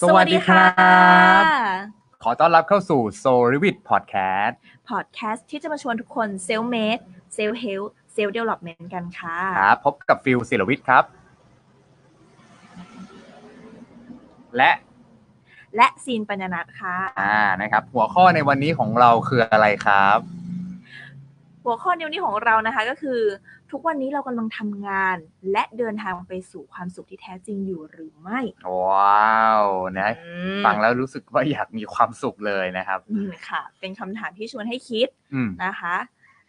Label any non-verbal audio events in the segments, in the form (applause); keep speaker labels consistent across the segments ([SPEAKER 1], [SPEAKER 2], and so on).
[SPEAKER 1] สวัสดีครับ
[SPEAKER 2] ขอต้อนรับเข้าสู่ Soul r e v i t Podcast
[SPEAKER 1] พอดแคสต์ที่จะมาชวนทุกคนเซลเมดเซลเฮลเซลเดเวล็อปเมนต์กันค่ะ
[SPEAKER 2] ครับพบกับฟิลศิลวิทย์ครับ และ
[SPEAKER 1] และซีนปัญญานัทค่ะ
[SPEAKER 2] อ่านะครับ หัวข้อในวันนี้ของเราคืออะไรครับ
[SPEAKER 1] หัวข้อในวันนี้ของเรานะคะก็คือ ทุกวันนี้เรากำลังทำงาน และเดินทางไปสู่ความสุขที่แท้จริงอยู่หรือไม่
[SPEAKER 2] ว้าวนะ
[SPEAKER 1] อืม
[SPEAKER 2] ฟังแล้วรู้สึกว่าอยากมีความสุขเลยนะครับ
[SPEAKER 1] อืมค่ะ เป็นคำถามที่ชวนให้คิด
[SPEAKER 2] อืม
[SPEAKER 1] นะคะ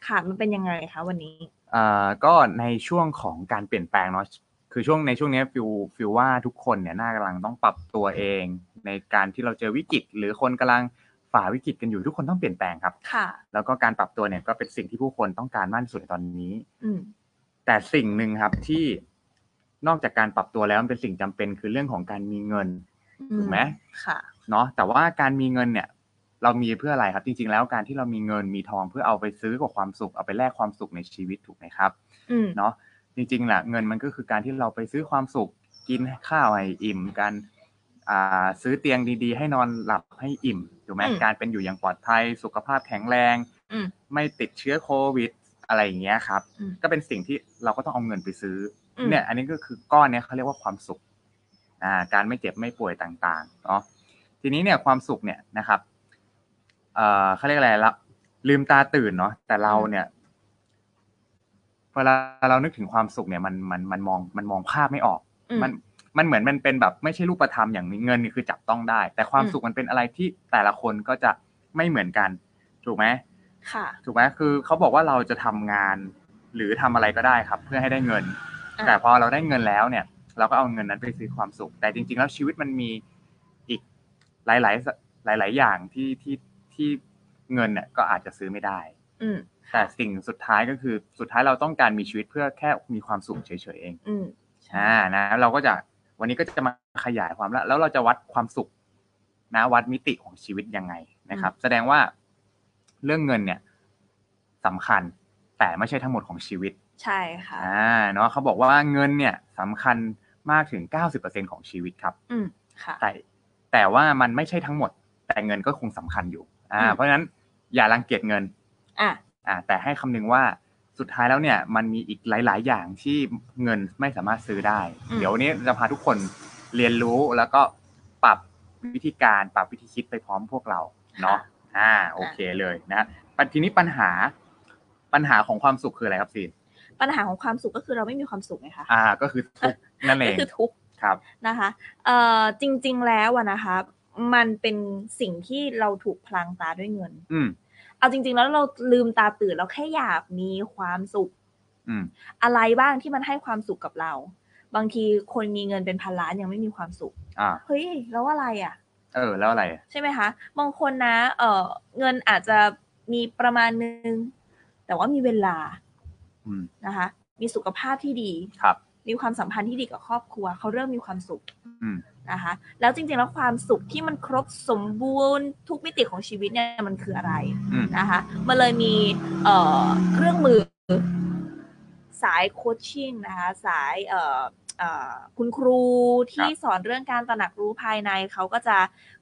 [SPEAKER 1] ค่ะมันเป็นยังไงคะวันนี้
[SPEAKER 2] เอ่อก็ในช่วงของการเปลี่ยนแปลงเนาะคือช่วงในช่วงเนี้ยฟิวฟิวว่าทุกคนเนี่ยน่ากำลังต้องปรับตัวเอง ในการที่เราเจอวิกฤต หรือคนกำลังฝ่าวิกฤตกันอยู่ทุกคนต้องเปลี่ยนแปลงครับ
[SPEAKER 1] ค่ะ
[SPEAKER 2] แล้วก็การปรับตัวเนี่ยก็เป็นสิ่งที่ผู้คนต้องการมากที่สุดในตอนนี้
[SPEAKER 1] อืม
[SPEAKER 2] แต่สิ่งหนึ่งครับที่นอกจากการปรับตัวแล้วมันเป็นสิ่งจำเป็นคือเรื่องของการมีเงิน ถูกไหม
[SPEAKER 1] ค่ะ
[SPEAKER 2] เนาะแต่ว่าการมีเงินเนี่ย เรามีเพื่ออะไรครับ จริง ๆ แล้วการที่เรามีเงินมีทองเพื่อเอาไปซื้อกับความสุขเอาไปแลกความสุขในชีวิตถูกไหมครับ
[SPEAKER 1] อืม
[SPEAKER 2] เนาะจริงๆแหละเงินมันก็คือการที่เราไปซื้อความสุขกินข้าวให้อิ่มกันอ่าซื้อเตียงดีๆ ให้นอนหลับให้อิ่มถูกไหมการเป็นอยู่อย่างปลอดภัย สุขภาพแข็งแรง
[SPEAKER 1] อืม
[SPEAKER 2] ไม่ติดเชื้อโควิด อะไรอย่างเงี้ยครับ
[SPEAKER 1] อืม
[SPEAKER 2] ก็เป็นสิ่งที่เราก็ต้องเอาเงินไปซื้ออ
[SPEAKER 1] อืม
[SPEAKER 2] เนี่ย อันนี้ก็คือก้อนเนี้ยเขาเรียกว่าความสุขอ่าการไม่เจ็บไม่ป่วยต่างๆเนาะทีนี้เนี่ยความสุขเนี่ยนะครับเอ่อเขาเรียกอะไรละลืมตาตื่นเนาะแต่เราเนี่ยเวลาเรานึกถึงความสุขเนี่ยมันมันมันมองมันมองภาพไม่ออก
[SPEAKER 1] อืม
[SPEAKER 2] มันมันเหมือนมันเป็นแบบไม่ใช่รูปธรรมอย่างนี้เงินนี่คือจับต้องได้ แต่ความ
[SPEAKER 1] อืม
[SPEAKER 2] สุขมันเป็นอะไรที่แต่ละคนก็จะไม่เหมือนกันถูกไหม
[SPEAKER 1] ค่ะ
[SPEAKER 2] ถูกไหมคือเขาบอกว่าเราจะทำงาน หรือทำอะไรก็ได้ครับ เพื่อให้ได้เงิน
[SPEAKER 1] อ่ะ
[SPEAKER 2] แต่พอเราได้เงินแล้วเนี่ย เราก็เอาเงินนั้นไปซื้อความสุข แต่จริง ๆ แล้วชีวิตมันมีอีกหลาย ๆ หลาย ๆ อย่างที่ที่ที่เงินเนี่ยก็อาจจะซื้อไม่ได้
[SPEAKER 1] อืม
[SPEAKER 2] แต่สิ่งสุดท้ายก็คือสุดท้ายเราต้องการมีชีวิตเพื่อแค่มีความสุขเฉยๆเอง
[SPEAKER 1] อืม
[SPEAKER 2] อ่านะเราก็จะวันนี้ก็จะมาขยายความแล้วแล้วเราจะวัดความสุขนะวัดมิติของชีวิตยังไงนะครับ แสดงว่าเรื่องเงินเนี่ยสำคัญแต่ไม่ใช่ทั้งหมดของชีวิต
[SPEAKER 1] ใช่ค่ะ
[SPEAKER 2] อ่าเนาะเขาบอกว่าเงินเนี่ยสำคัญมากถึง 90%ของชีวิตครับ
[SPEAKER 1] อืมค่ะ
[SPEAKER 2] แต่แต่ว่ามันไม่ใช่ทั้งหมด แต่เงินก็คงสำคัญอยู่ อ่า
[SPEAKER 1] อืม
[SPEAKER 2] เพราะฉะนั้นอย่ารังเกียจเงิน
[SPEAKER 1] อ่ะ
[SPEAKER 2] อ่า แต่ให้คำนึงว่าสุดท้ายแล้วเนี่ย มันมีอีกหลาย ๆ อย่างที่เงินไม่สามารถซื้อได้
[SPEAKER 1] อืม
[SPEAKER 2] เดี๋ยววันนี้จะพาทุกคนเรียนรู้แล้วก็ปรับวิธีการปรับวิธีคิดไปพร้อมพวกเราเนาะอ่าโอเคเลยนะปัจทีนี้ปัญหาปัญหาของความสุขคืออะไรครับซีน
[SPEAKER 1] ปัญหาของความสุขก็คือเราไม่มีความสุขไงคะ
[SPEAKER 2] อ่า ก็คือทุกข์นั่นเอ
[SPEAKER 1] ก็
[SPEAKER 2] ง
[SPEAKER 1] คือทุกข์
[SPEAKER 2] ครับ
[SPEAKER 1] นะคะเอ่อจริง ๆ แล้วอะนะคะ มันเป็นสิ่งที่เราถูกพลางตาด้วยเงิน
[SPEAKER 2] อืม
[SPEAKER 1] เอาจริง ๆ แล้วเราลืมตาตื่นเราแค่อยากมีความสุข
[SPEAKER 2] อืม
[SPEAKER 1] อะไรบ้างที่มันให้ความสุขกับเรา บางทีคนมีเงินเป็นพันล้านยังไม่มีความสุข
[SPEAKER 2] อ่า
[SPEAKER 1] เฮ้ยแล้วอะไรอ่ะ
[SPEAKER 2] เออ แล้วอะไร
[SPEAKER 1] ใช่ไหมคะบางคนนะเออเงินอาจจะมีประมาณนึง แต่ว่ามีเวลา
[SPEAKER 2] อืม
[SPEAKER 1] นะคะ มีสุขภาพที่ดี
[SPEAKER 2] ครับ
[SPEAKER 1] มีความสัมพันธ์ที่ดีกับครอบครัว เขาเริ่มมีความสุข
[SPEAKER 2] อืม
[SPEAKER 1] นะคะ แล้วจริงๆแล้วความสุขที่มันครบสมบูรณ์ทุกมิติของชีวิตเนี่ยมันคืออะไร
[SPEAKER 2] อืม
[SPEAKER 1] นะคะมันเลยมีเอ่อเครื่องมือสายโคชชิ่งนะคะสายเอ่อเอ่อคุณครูที่สอนเรื่องการตระหนักรู้ภายใน เขาก็จะ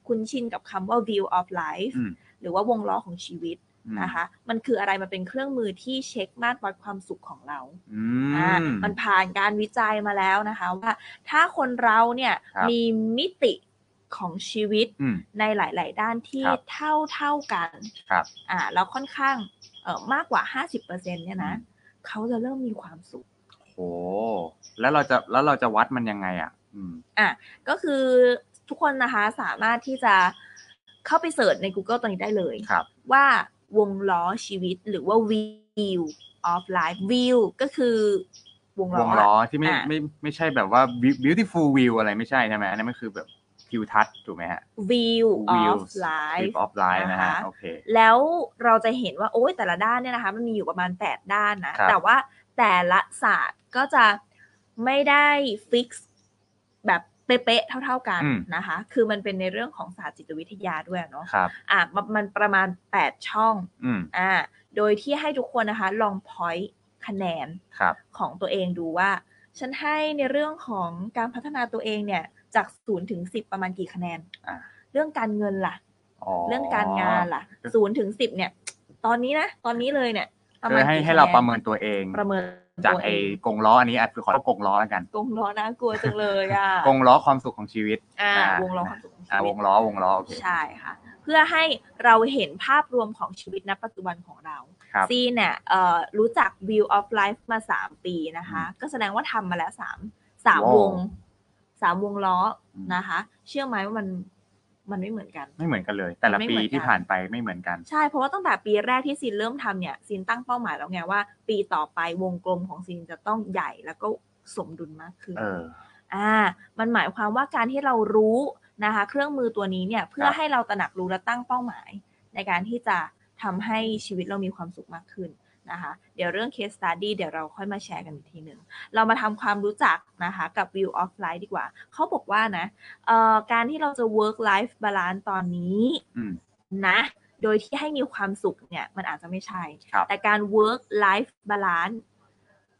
[SPEAKER 1] คุ้นชินกับคำว่า view of life
[SPEAKER 2] อืม
[SPEAKER 1] หรือว่าวงล้อของชีวิต
[SPEAKER 2] อืม
[SPEAKER 1] นะคะมันคืออะไรมันเป็นเครื่องมือที่เช็คมาตรวัดความสุขของเรา
[SPEAKER 2] อื
[SPEAKER 1] อ่ะ
[SPEAKER 2] ม
[SPEAKER 1] มันผ่านการวิจัยมาแล้วนะคะว่าถ้าคนเราเนี่ย
[SPEAKER 2] ครับ
[SPEAKER 1] มีมิติของชีวิต
[SPEAKER 2] อืม
[SPEAKER 1] ในหลาย ๆ ด้านที่
[SPEAKER 2] ครับ
[SPEAKER 1] เท่าเท่ากัน
[SPEAKER 2] ครับ
[SPEAKER 1] อ่าแล้วค่อนข้างเอ่อมากกว่า 50%เนี่ยนะเขาจะเริ่มมีความสุข
[SPEAKER 2] โห แล้วเราจะแล้วเราจะวัดมันยังไงอ่ะ อืม
[SPEAKER 1] ก็คือทุกคนนะคะสามารถที่จะเข้าไปเสิร์ชใน Google ตรงนี้ได้เลย
[SPEAKER 2] ครับ
[SPEAKER 1] ว่าวงล้อชีวิตหรือว่า view of life view ก็คือวง
[SPEAKER 2] ว
[SPEAKER 1] ล้อ
[SPEAKER 2] งล้อที่ไม่
[SPEAKER 1] อ่ะ
[SPEAKER 2] ไม่ไม่ใช่แบบว่า beautiful view อะไรไม่ใช่ใช่ไหมอันนั้นมันคือแบบทิวทัศน์ถูกไหมฮะ
[SPEAKER 1] view of
[SPEAKER 2] views
[SPEAKER 1] life
[SPEAKER 2] view of life นะฮะ
[SPEAKER 1] นะคะ
[SPEAKER 2] โอเค
[SPEAKER 1] แล้วเราจะเห็นว่าโอ้ยแต่ละด้านเนี่ยนะคะ มันมีอยู่ประมาณ 8 ด้านนะ
[SPEAKER 2] ครับ
[SPEAKER 1] แต่ว่าแต่ละศาสตร์ก็จะไม่ได้ฟิกแบบเป๊ะๆเท่า ๆกันนะคะ คือมันเป็นในเรื่องของศาสตร์จิตวิทยาด้วยเนาะ
[SPEAKER 2] ครับ
[SPEAKER 1] อ่ะมันมันประมาณ 8 ช่อง
[SPEAKER 2] อืม
[SPEAKER 1] อ่าโดยที่ให้ทุกคนนะคะ ลองพอยต์คะแนน
[SPEAKER 2] ครับ
[SPEAKER 1] ของตัวเองดูว่า ฉันให้ในเรื่องของการพัฒนาตัวเองเนี่ย จ จากศูนย์ถึงสิบประมาณกี่คะแนน
[SPEAKER 2] อ่า
[SPEAKER 1] เรื่องการเงินล่ะ เรื่องการงานล่ะศูนย์ถึงสิบเนี่ย ตอนนี้นะ ตอนนี้เลยเนี่ยประ
[SPEAKER 2] คื
[SPEAKER 1] มาณ
[SPEAKER 2] อให้
[SPEAKER 1] กี่
[SPEAKER 2] ให้เรา
[SPEAKER 1] ค
[SPEAKER 2] ประเมินตัวเอง
[SPEAKER 1] ประเมิน
[SPEAKER 2] จาก
[SPEAKER 1] ตัว
[SPEAKER 2] ไอ้
[SPEAKER 1] เง
[SPEAKER 2] กงล้ออันนี้อาจจะขอเรียกกงล้อแล้วกัน
[SPEAKER 1] กงล้อนะกลัวจังเลยอ่ะ
[SPEAKER 2] กงล้อความสุขของชีวิต
[SPEAKER 1] อ่า
[SPEAKER 2] อ่าว ว
[SPEAKER 1] งล้อความสุขของชี
[SPEAKER 2] อ่ะว
[SPEAKER 1] วิต
[SPEAKER 2] งล้อวงล้อโอเค
[SPEAKER 1] ใช่ค่ะ เพื่อให้เราเห็นภาพรวมของชีวิตณปัจจุบันของเรา
[SPEAKER 2] ครับ
[SPEAKER 1] ซีเนี่ยเอ่อรู้จัก View of Life มาสามปีนะคะ ก็แสดงว่าทำมาแล้วสามสาม
[SPEAKER 2] ว้าว
[SPEAKER 1] วงสามวงล้ออ
[SPEAKER 2] ม
[SPEAKER 1] นะคะ เชื่อไหมว่ามันมันไม่เหมือนกัน
[SPEAKER 2] ไม่เหมือนกันเลย แต่ละ
[SPEAKER 1] ไม่
[SPEAKER 2] ปี
[SPEAKER 1] เหมือนกัน
[SPEAKER 2] ที่ผ่านไปไม่เหมือนกัน
[SPEAKER 1] ใช่เพราะว่าตั้งแต่ปีแรกที่ซีนเริ่มทำเนี่ยซีนตั้งเป้าหมายแล้วไงว่า ปีต่อไปวงกลมของซีนจะต้องใหญ่แล้วก็สมดุลมากขึ้น
[SPEAKER 2] เออ
[SPEAKER 1] อ่ามันหมายความว่าการที่เรารู้นะคะ เครื่องมือตัวนี้เนี่ยเพื่อ
[SPEAKER 2] ครับ
[SPEAKER 1] ให้เราตระหนักรู้และตั้งเป้าหมาย ในการที่จะทำให้ชีวิตเรามีความสุขมากขึ้นนะคะ เดี๋ยวเรื่อง case study เดี๋ยวเราค่อยมาแชร์กันอีกทีหนึ่ง เรามาทำความรู้จักนะคะกับ view of life ดีกว่า เขาบอกว่านะเอ่อการที่เราจะ work life balance ตอนนี้
[SPEAKER 2] อืม
[SPEAKER 1] นะ โดยที่ให้มีความสุขเนี่ย มันอาจจะไม่ใช่
[SPEAKER 2] ครับ
[SPEAKER 1] แต่การ work life balance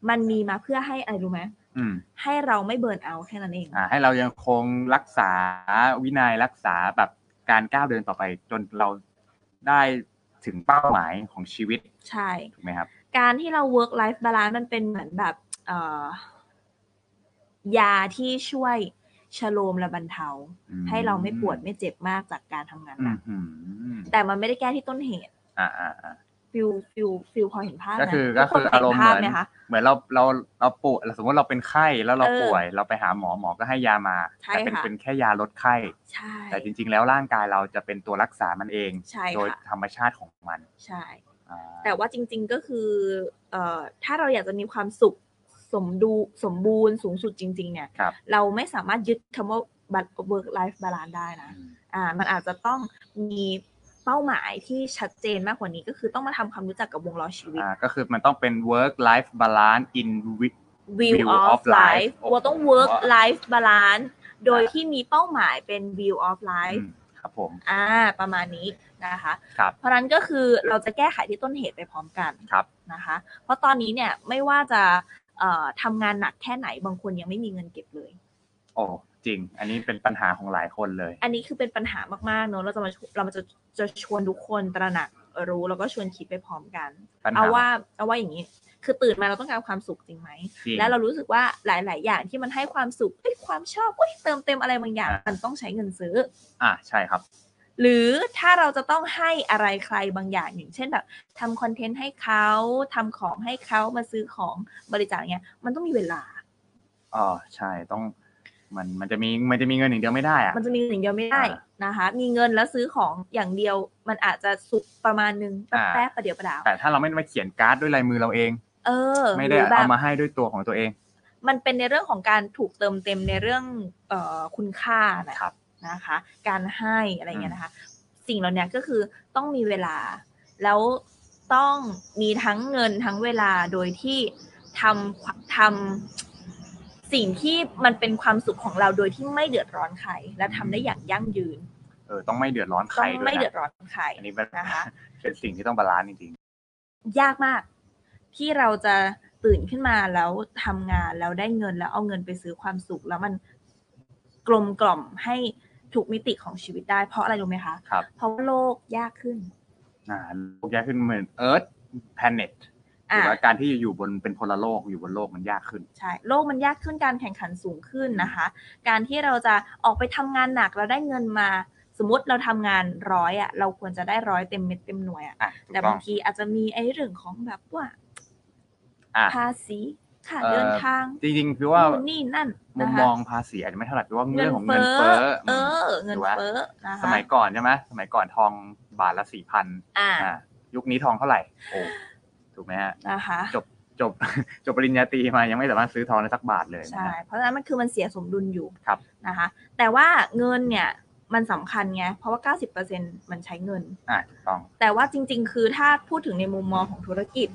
[SPEAKER 1] มันมีมาเพื่อให้อะไรรู้ไหม
[SPEAKER 2] อืม
[SPEAKER 1] ให้เราไม่เบิร์นเอาแค่นั้นเอง
[SPEAKER 2] อ่า ให้เรายังคงรักษาวินัยรักษาแบบการก้าวเดินต่อไป จนเราได้ถึงเป้าหมายของชีวิต
[SPEAKER 1] ใช่
[SPEAKER 2] ถูกไหมครับ
[SPEAKER 1] การที่เรา work life balance มันเป็นเหมือนแบบเอ่อยาที่ช่วยชะโลมและบรรเทา
[SPEAKER 2] อืม
[SPEAKER 1] ให้เราไม่ปวดไม่เจ็บมากจากการทำงาน
[SPEAKER 2] อืม
[SPEAKER 1] หนัก
[SPEAKER 2] อืม
[SPEAKER 1] แต่มันไม่ได้แก้ที่ต้นเหตุ
[SPEAKER 2] อ่าอ่าอ่า
[SPEAKER 1] ฟิลฟิลฟิลพอเห็นภาพไหม
[SPEAKER 2] ก็คือ
[SPEAKER 1] ทุ
[SPEAKER 2] ก็คือ
[SPEAKER 1] เห็น
[SPEAKER 2] อารมณ์
[SPEAKER 1] ภ
[SPEAKER 2] เห
[SPEAKER 1] พ
[SPEAKER 2] มือน
[SPEAKER 1] ไหคะ
[SPEAKER 2] เหมือนเราเราเราป่วยสมมติเราเป็นไข้แล้วเรา
[SPEAKER 1] เออ
[SPEAKER 2] ป่วย เราไปหาหมอหมอก็ให้ยามา
[SPEAKER 1] ใช่
[SPEAKER 2] แต่เป็น
[SPEAKER 1] ค่ะ
[SPEAKER 2] เป็นแค่ยาลดไข้
[SPEAKER 1] ใช่
[SPEAKER 2] แต่จริง ๆ แล้วร่างกายเราจะเป็นตัวรักษามันเอง
[SPEAKER 1] ใช่
[SPEAKER 2] โดย
[SPEAKER 1] ค่ะ
[SPEAKER 2] ธรรมชาติของมัน
[SPEAKER 1] ใช่
[SPEAKER 2] อ่า
[SPEAKER 1] แต่ว่าจริงๆก็คือเอ่อถ้าเราอยากจะมีความสุขสมดูสมบูรณ์สูงสุดจริง ๆ เนี่ย
[SPEAKER 2] ครับ
[SPEAKER 1] เราไม่สามารถยึดคำว่า work life balance ได้นะอ่ามันอาจจะต้องมีเป้าหมายที่ชัดเจนมากกว่านี้ก็คือต้องมาทำความรู้จักกับวงล้อชีวิต
[SPEAKER 2] อ่าก็คือมันต้องเป็น work life balance in with
[SPEAKER 1] view
[SPEAKER 2] View
[SPEAKER 1] of
[SPEAKER 2] of
[SPEAKER 1] life
[SPEAKER 2] life
[SPEAKER 1] ว่าต้อง work
[SPEAKER 2] ว่า
[SPEAKER 1] life balance โดยที่มีเป้าหมายเป็น view of life
[SPEAKER 2] ครับผม
[SPEAKER 1] อ่าประมาณนี้นะคะ
[SPEAKER 2] ครับ
[SPEAKER 1] เพราะฉะนั้นก็คือเราจะแก้ไขที่ต้นเหตุไปพร้อมกัน
[SPEAKER 2] ครับ
[SPEAKER 1] นะคะ เพราะตอนนี้เนี่ยไม่ว่าจะเอ่อทำงานหนักแค่ไหนบางคนยังไม่มีเงินเก็บเลย
[SPEAKER 2] โอ้จริง อันนี้เป็นปัญหาของหลายคนเลย
[SPEAKER 1] อันนี้คือเป็นปัญหามากๆเนอะเราจะมาเราจะจะชวนทุกคนตระหนักรู้แล้วก็ชวนคิดไปพร้อมกัน
[SPEAKER 2] ปัญหา
[SPEAKER 1] เอาว่าเอาว่าอย่างนี้ คือตื่นมาเราต้องการความสุขจริงไหม
[SPEAKER 2] จริง
[SPEAKER 1] แล้วเรารู้สึกว่าหลาย ๆ อย่างที่มันให้ความสุขเอ้ยความชอบเอ้ยเติมเต็มอะไรบางอย่าง
[SPEAKER 2] อ่ามั
[SPEAKER 1] มันต้องใช้เงินซื้อ
[SPEAKER 2] อ่าใช่ครับ
[SPEAKER 1] หรือถ้าเราจะต้องให้อะไรใครบางอย่างอย่างเช่นแบบทำคอนเทนต์ให้เขาทำของให้เขามาซื้อของบริจาคเงี้ยมันต้องมีเวลา
[SPEAKER 2] อ๋อใช่ต้อง มันมันจะมีมันจะมีเงินอย่างเดียวไม่ได้อะ
[SPEAKER 1] มันจะมีอย่างเดียวไม่ได้
[SPEAKER 2] อ่า
[SPEAKER 1] นะคะ มีเงินแล้วซื้อของอย่างเดียว มันอาจจะสุกประมาณนึงแป๊บ
[SPEAKER 2] อ่า
[SPEAKER 1] แป๊บประเดี๋ยวประดาว
[SPEAKER 2] แต่ถ้าเราไม่ได้มาเขียนการ์ดด้วยลายมือเราเอง
[SPEAKER 1] เออ
[SPEAKER 2] ไม่
[SPEAKER 1] ห
[SPEAKER 2] ได้
[SPEAKER 1] รือแบ
[SPEAKER 2] เอา
[SPEAKER 1] บ
[SPEAKER 2] มาให้ด้วยตัวของตัวเอง
[SPEAKER 1] มันเป็นในเรื่องของการถูกเติมเต็มในเรื่องเอ่อคุณค่านะครับ นะคะ การให้อะไรเงี้ยนะคะ สิ่งเหล่านี้ก็คือต้องมีเวลา แล้วต้องมีทั้งเงินทั้งเวลาโดยที่ทำควทำสิ่งที่มันเป็นความสุขของเราโดยที่ไม่เดือดร้อนใครและทำได้อย่างยั่งยืน
[SPEAKER 2] เออต้องไม่เดือดร้อนใคร
[SPEAKER 1] ต้อ
[SPEAKER 2] ด้วย
[SPEAKER 1] ง
[SPEAKER 2] นะ
[SPEAKER 1] ไม่เดือดร้อนใคร
[SPEAKER 2] อันนี้เป็น
[SPEAKER 1] นะคะ
[SPEAKER 2] เป็นสิ่งที่ต้องบาลานซ์จริง
[SPEAKER 1] ยากมาก ที่เราจะตื่นขึ้นมาแล้วทำงานแล้วได้เงินแล้วเอาเงินไปซื้อความสุข แล้วมันกลมกล่อมให้ถูกมิติของชีวิตได้เพราะอะไรรู้ไหมคะ
[SPEAKER 2] ๆ ครับ
[SPEAKER 1] เพราะว่าโลกยากขึ้น
[SPEAKER 2] อ่าโลกยากขึ้นเหมือน Earth Planet ห
[SPEAKER 1] อ่า
[SPEAKER 2] รือว่าการที่อยู่บนเป็นพลโลกอยู่บนโลกมันยากขึ้น
[SPEAKER 1] ใช่โลกมันยากขึ้นการแข่งขันสูงขึ้นนะคะ การที่เราจะออกไปทำงานหนักแล้วได้เงินมา สมมติเราทำงานร้อยอ่ะ เราควรจะได้ร้อยเต็มเม็ดเต็มหน่วยอ่ะ
[SPEAKER 2] อ่ะถูก
[SPEAKER 1] แต่
[SPEAKER 2] ต้
[SPEAKER 1] บา
[SPEAKER 2] อง
[SPEAKER 1] งทีอาจจะมีไอ้เรื่องของแบบว่า
[SPEAKER 2] อ่ะ
[SPEAKER 1] ภาษีค่า
[SPEAKER 2] เอ่อ
[SPEAKER 1] เดินทาง
[SPEAKER 2] จริงๆคือว่า
[SPEAKER 1] นู่นนี่นั่น
[SPEAKER 2] มุ
[SPEAKER 1] นะ
[SPEAKER 2] ม
[SPEAKER 1] คะ
[SPEAKER 2] มองภาษีอาจจะไม่เท่าไหร่เพราะว่า
[SPEAKER 1] เงิ
[SPEAKER 2] เรื่อน งของ
[SPEAKER 1] เฟ้
[SPEAKER 2] เงินเฟ้
[SPEAKER 1] อ
[SPEAKER 2] อม
[SPEAKER 1] เออ เงิน
[SPEAKER 2] ถูกปะ
[SPEAKER 1] เฟ้อนะคะ
[SPEAKER 2] สมัยก่อนใช่ไหมสมัยก่อนทองบาทละสี่พัน
[SPEAKER 1] อ่า
[SPEAKER 2] อ่ายุคนี้ทองเท่าไหร่โอ้ถูกไหมฮะ
[SPEAKER 1] นะคะ
[SPEAKER 2] จบจบ (laughs) จบปริญญาตรีมายังไม่สามารถซื้อทองได้สักบาทเลยนะ
[SPEAKER 1] ใช่ เพราะฉะนั้นมันคือมันเสียสมดุลอยู่
[SPEAKER 2] ครับ
[SPEAKER 1] นะคะ แต่ว่าเงินเนี่ยมันสำคัญไง เพราะว่า 90%มันใช้เงิน
[SPEAKER 2] อ่ะถูกต้อง
[SPEAKER 1] แต่ว่าจริง ๆ คือถ้าพูดถึงในมุมมองของธุรกิจ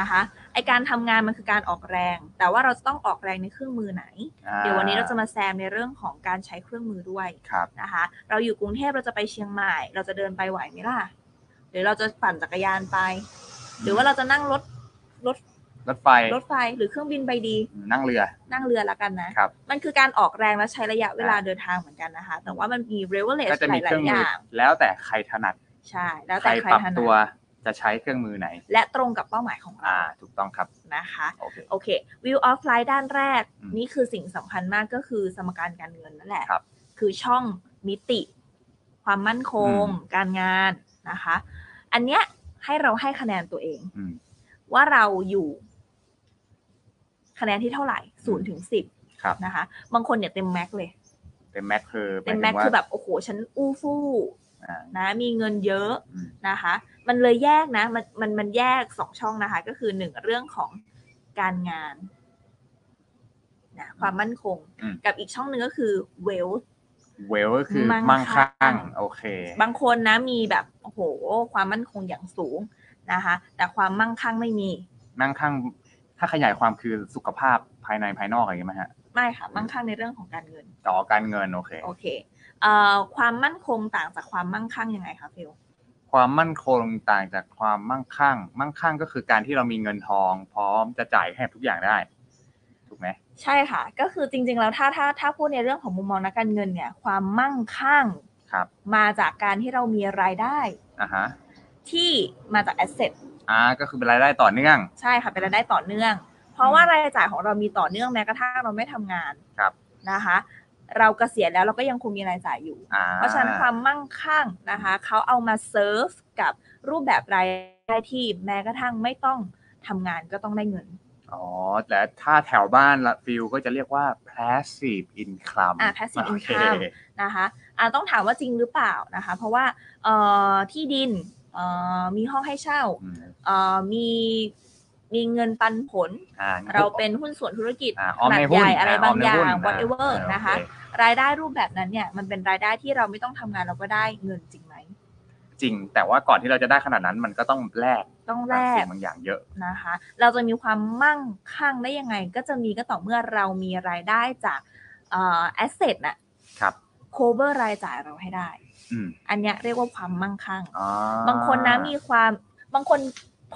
[SPEAKER 1] นะคะไอการทำงานมันคือการออกแรง แต่ว่าเราจะต้องออกแรงในเครื่องมือไหน
[SPEAKER 2] อ่า
[SPEAKER 1] เดี๋ยววันนี้เราจะมาแซมในเรื่องของการใช้เครื่องมือด้วย
[SPEAKER 2] ครับ
[SPEAKER 1] นะคะเราอยู่กรุงเทพเราจะไปเชียงใหม่ เราจะเดินไปไหวไหมล่ะ หรือเราจะปั่นจักรยานไป หรือว่าเราจะนั่งรถรถ
[SPEAKER 2] ร รถไฟ
[SPEAKER 1] รถไฟหรือเครื่องบินไปดี
[SPEAKER 2] นั่งเรือ
[SPEAKER 1] นั่งเรือละกันนะ
[SPEAKER 2] ครับ
[SPEAKER 1] มันคือการออกแรงและใช้ระยะเวลาเดินทางเหมือนกันนะคะ แต่ว่ามันมี r e v e l a g
[SPEAKER 2] ก็จะ
[SPEAKER 1] ห
[SPEAKER 2] มีเค
[SPEAKER 1] ลา
[SPEAKER 2] รื่อย งมือ
[SPEAKER 1] ๆอย่าง
[SPEAKER 2] แล้วแต่ใครถนัด
[SPEAKER 1] ใช่ แล้ว
[SPEAKER 2] ใคร
[SPEAKER 1] แต่ใคร
[SPEAKER 2] ปรับ
[SPEAKER 1] ถนั
[SPEAKER 2] ตัว
[SPEAKER 1] ด
[SPEAKER 2] จะใช้เครื่องมือไหน
[SPEAKER 1] และตรงกับเป้าหมายของเรา
[SPEAKER 2] อ่า ถูกต้องครับ
[SPEAKER 1] นะคะ
[SPEAKER 2] โอเค
[SPEAKER 1] โอเค view of flight ด้านแรก
[SPEAKER 2] อืม
[SPEAKER 1] นี่คือสิ่งสำคัญมากก็คือสมการการเงินนั่นแหละ
[SPEAKER 2] ครับ
[SPEAKER 1] คือช่องมิติ ความมั่นคง
[SPEAKER 2] อืม
[SPEAKER 1] การงานนะคะ อันเนี้ยให้เราให้คะแนนตัวเอง
[SPEAKER 2] อืม
[SPEAKER 1] ว่าเราอยู่ คะแนนที่เท่าไหร่ศูนย์ถึงสิบ
[SPEAKER 2] ครับ
[SPEAKER 1] นะคะ บางคนเนี่ยเต็มแม็กเลย
[SPEAKER 2] เต็มแม็กคือห
[SPEAKER 1] เต็
[SPEAKER 2] ยถึ
[SPEAKER 1] ม
[SPEAKER 2] ง
[SPEAKER 1] แม็ก
[SPEAKER 2] ว่า
[SPEAKER 1] คือแบบโอ้โหฉันอู้ฟู่
[SPEAKER 2] อ่า
[SPEAKER 1] นะมีเงินเยอะ
[SPEAKER 2] อืม
[SPEAKER 1] นะคะ มันเลยแยกนะ มันมันมันแยกสองช่องนะคะ ก็คือหนึ่งเรื่องของการงานนะความมั่นคง
[SPEAKER 2] อืม
[SPEAKER 1] กับอีกช่องหนึ่งก็คือเวล
[SPEAKER 2] เวลก็คือ
[SPEAKER 1] มั่
[SPEAKER 2] มั่ง
[SPEAKER 1] งคั่ง
[SPEAKER 2] คั่งโอเค
[SPEAKER 1] บางคนนะมีแบบโอ้โห ความมั่นคงอย่างสูงนะคะ แต่ความมั่งคั่งไม่มี
[SPEAKER 2] นั่งข้างถ้าขยายความคือสุขภาพภายในภายนอกอะไรอย่างเงี้ยไหมฮะ
[SPEAKER 1] ไม่ค่ะ มั่งคั่งในเรื่องของการเงิน
[SPEAKER 2] ต่อการเงินโอเค
[SPEAKER 1] โอเคเอ่อความมั่นคงต่างจากความมั่งคั่งยังไงคะฟิล
[SPEAKER 2] ความมั่นคงต่างจากความมั่งคั่ง มั่งคั่งก็คือการที่เรามีเงินทอง พร้อมจะจ่ายให้ทุกอย่างได้ ถูกไหม
[SPEAKER 1] ใช่ค่ะ ก็คือจริง ๆ แล้วถ้าถ้าถ้าพูดในเรื่องของมุมมองนักการเงินเนี่ย ความมั่งคั่ง
[SPEAKER 2] ครับ
[SPEAKER 1] มาจากการที่เรามีรายได้
[SPEAKER 2] อ่าฮะ
[SPEAKER 1] ที่มาจากแอสเซท
[SPEAKER 2] อ่า ก็คือเป็นรายได้ต่อเนื่อง
[SPEAKER 1] ใช่ค่ะเป็นรายได้ต่อเนื่อง เพราะว่ารายจ่ายของเรามีต่อเนื่องแม้กระทั่งเราไม่ทำงาน
[SPEAKER 2] ครับ
[SPEAKER 1] นะคะ เราเกษียณแล้วเราก็ยังคงมีรายจ่ายอยู่
[SPEAKER 2] อ่า
[SPEAKER 1] เพราะฉะนั้นความมั่งคั่งนะคะเขาเอามาเซิร์ฟกับรูปแบบรายได้ที่แม้กระทั่งไม่ต้องทำงานก็ต้องได้เงิน
[SPEAKER 2] อ๋อ แต่ถ้าแถวบ้านละฟิลก็จะเรียกว่า passive income
[SPEAKER 1] อ่า passive
[SPEAKER 2] โอเค
[SPEAKER 1] income นะคะอ่าต้องถามว่าจริงหรือเปล่านะคะ เพราะว่าเอ่อที่ดินเอ่อมีห้องให้เช่า
[SPEAKER 2] อืม
[SPEAKER 1] เอ่อมีมีเงินปันผล
[SPEAKER 2] อ่า
[SPEAKER 1] เราเป็นหุ้นส่วนธุรกิจ
[SPEAKER 2] อ่าออมในหุ้น
[SPEAKER 1] ขนาดใหญ่อะไรบางอย่า
[SPEAKER 2] มใน
[SPEAKER 1] ง
[SPEAKER 2] หุ้น
[SPEAKER 1] whatever
[SPEAKER 2] อ่า
[SPEAKER 1] นะคะ
[SPEAKER 2] โอเ
[SPEAKER 1] รายได้รูปแบบนั้นเนี่ยมันเป็นรายได้ที่เราไม่ต้องทำงานเราก็ได้เงินจริงไหม
[SPEAKER 2] จริง แต่ว่าก่อนที่เราจะได้ขนาดนั้นมันก็ต้องแลก
[SPEAKER 1] ต้อง
[SPEAKER 2] บา
[SPEAKER 1] แรง
[SPEAKER 2] สิ่
[SPEAKER 1] ก
[SPEAKER 2] งบางอย่างเยอะ
[SPEAKER 1] นะคะ เราจะมีความมั่งคั่งได้ยังไง ก็จะมีก็ต่อเมื่อเรามีรายได้จากเอ่อ asset น่ะ
[SPEAKER 2] ครับ
[SPEAKER 1] cover รายจ่ายเราให้ได้
[SPEAKER 2] อืม
[SPEAKER 1] อันเนี้ยเรียกว่าความมั่งคั่ง
[SPEAKER 2] อ่
[SPEAKER 1] บางคนนะมีความบางคน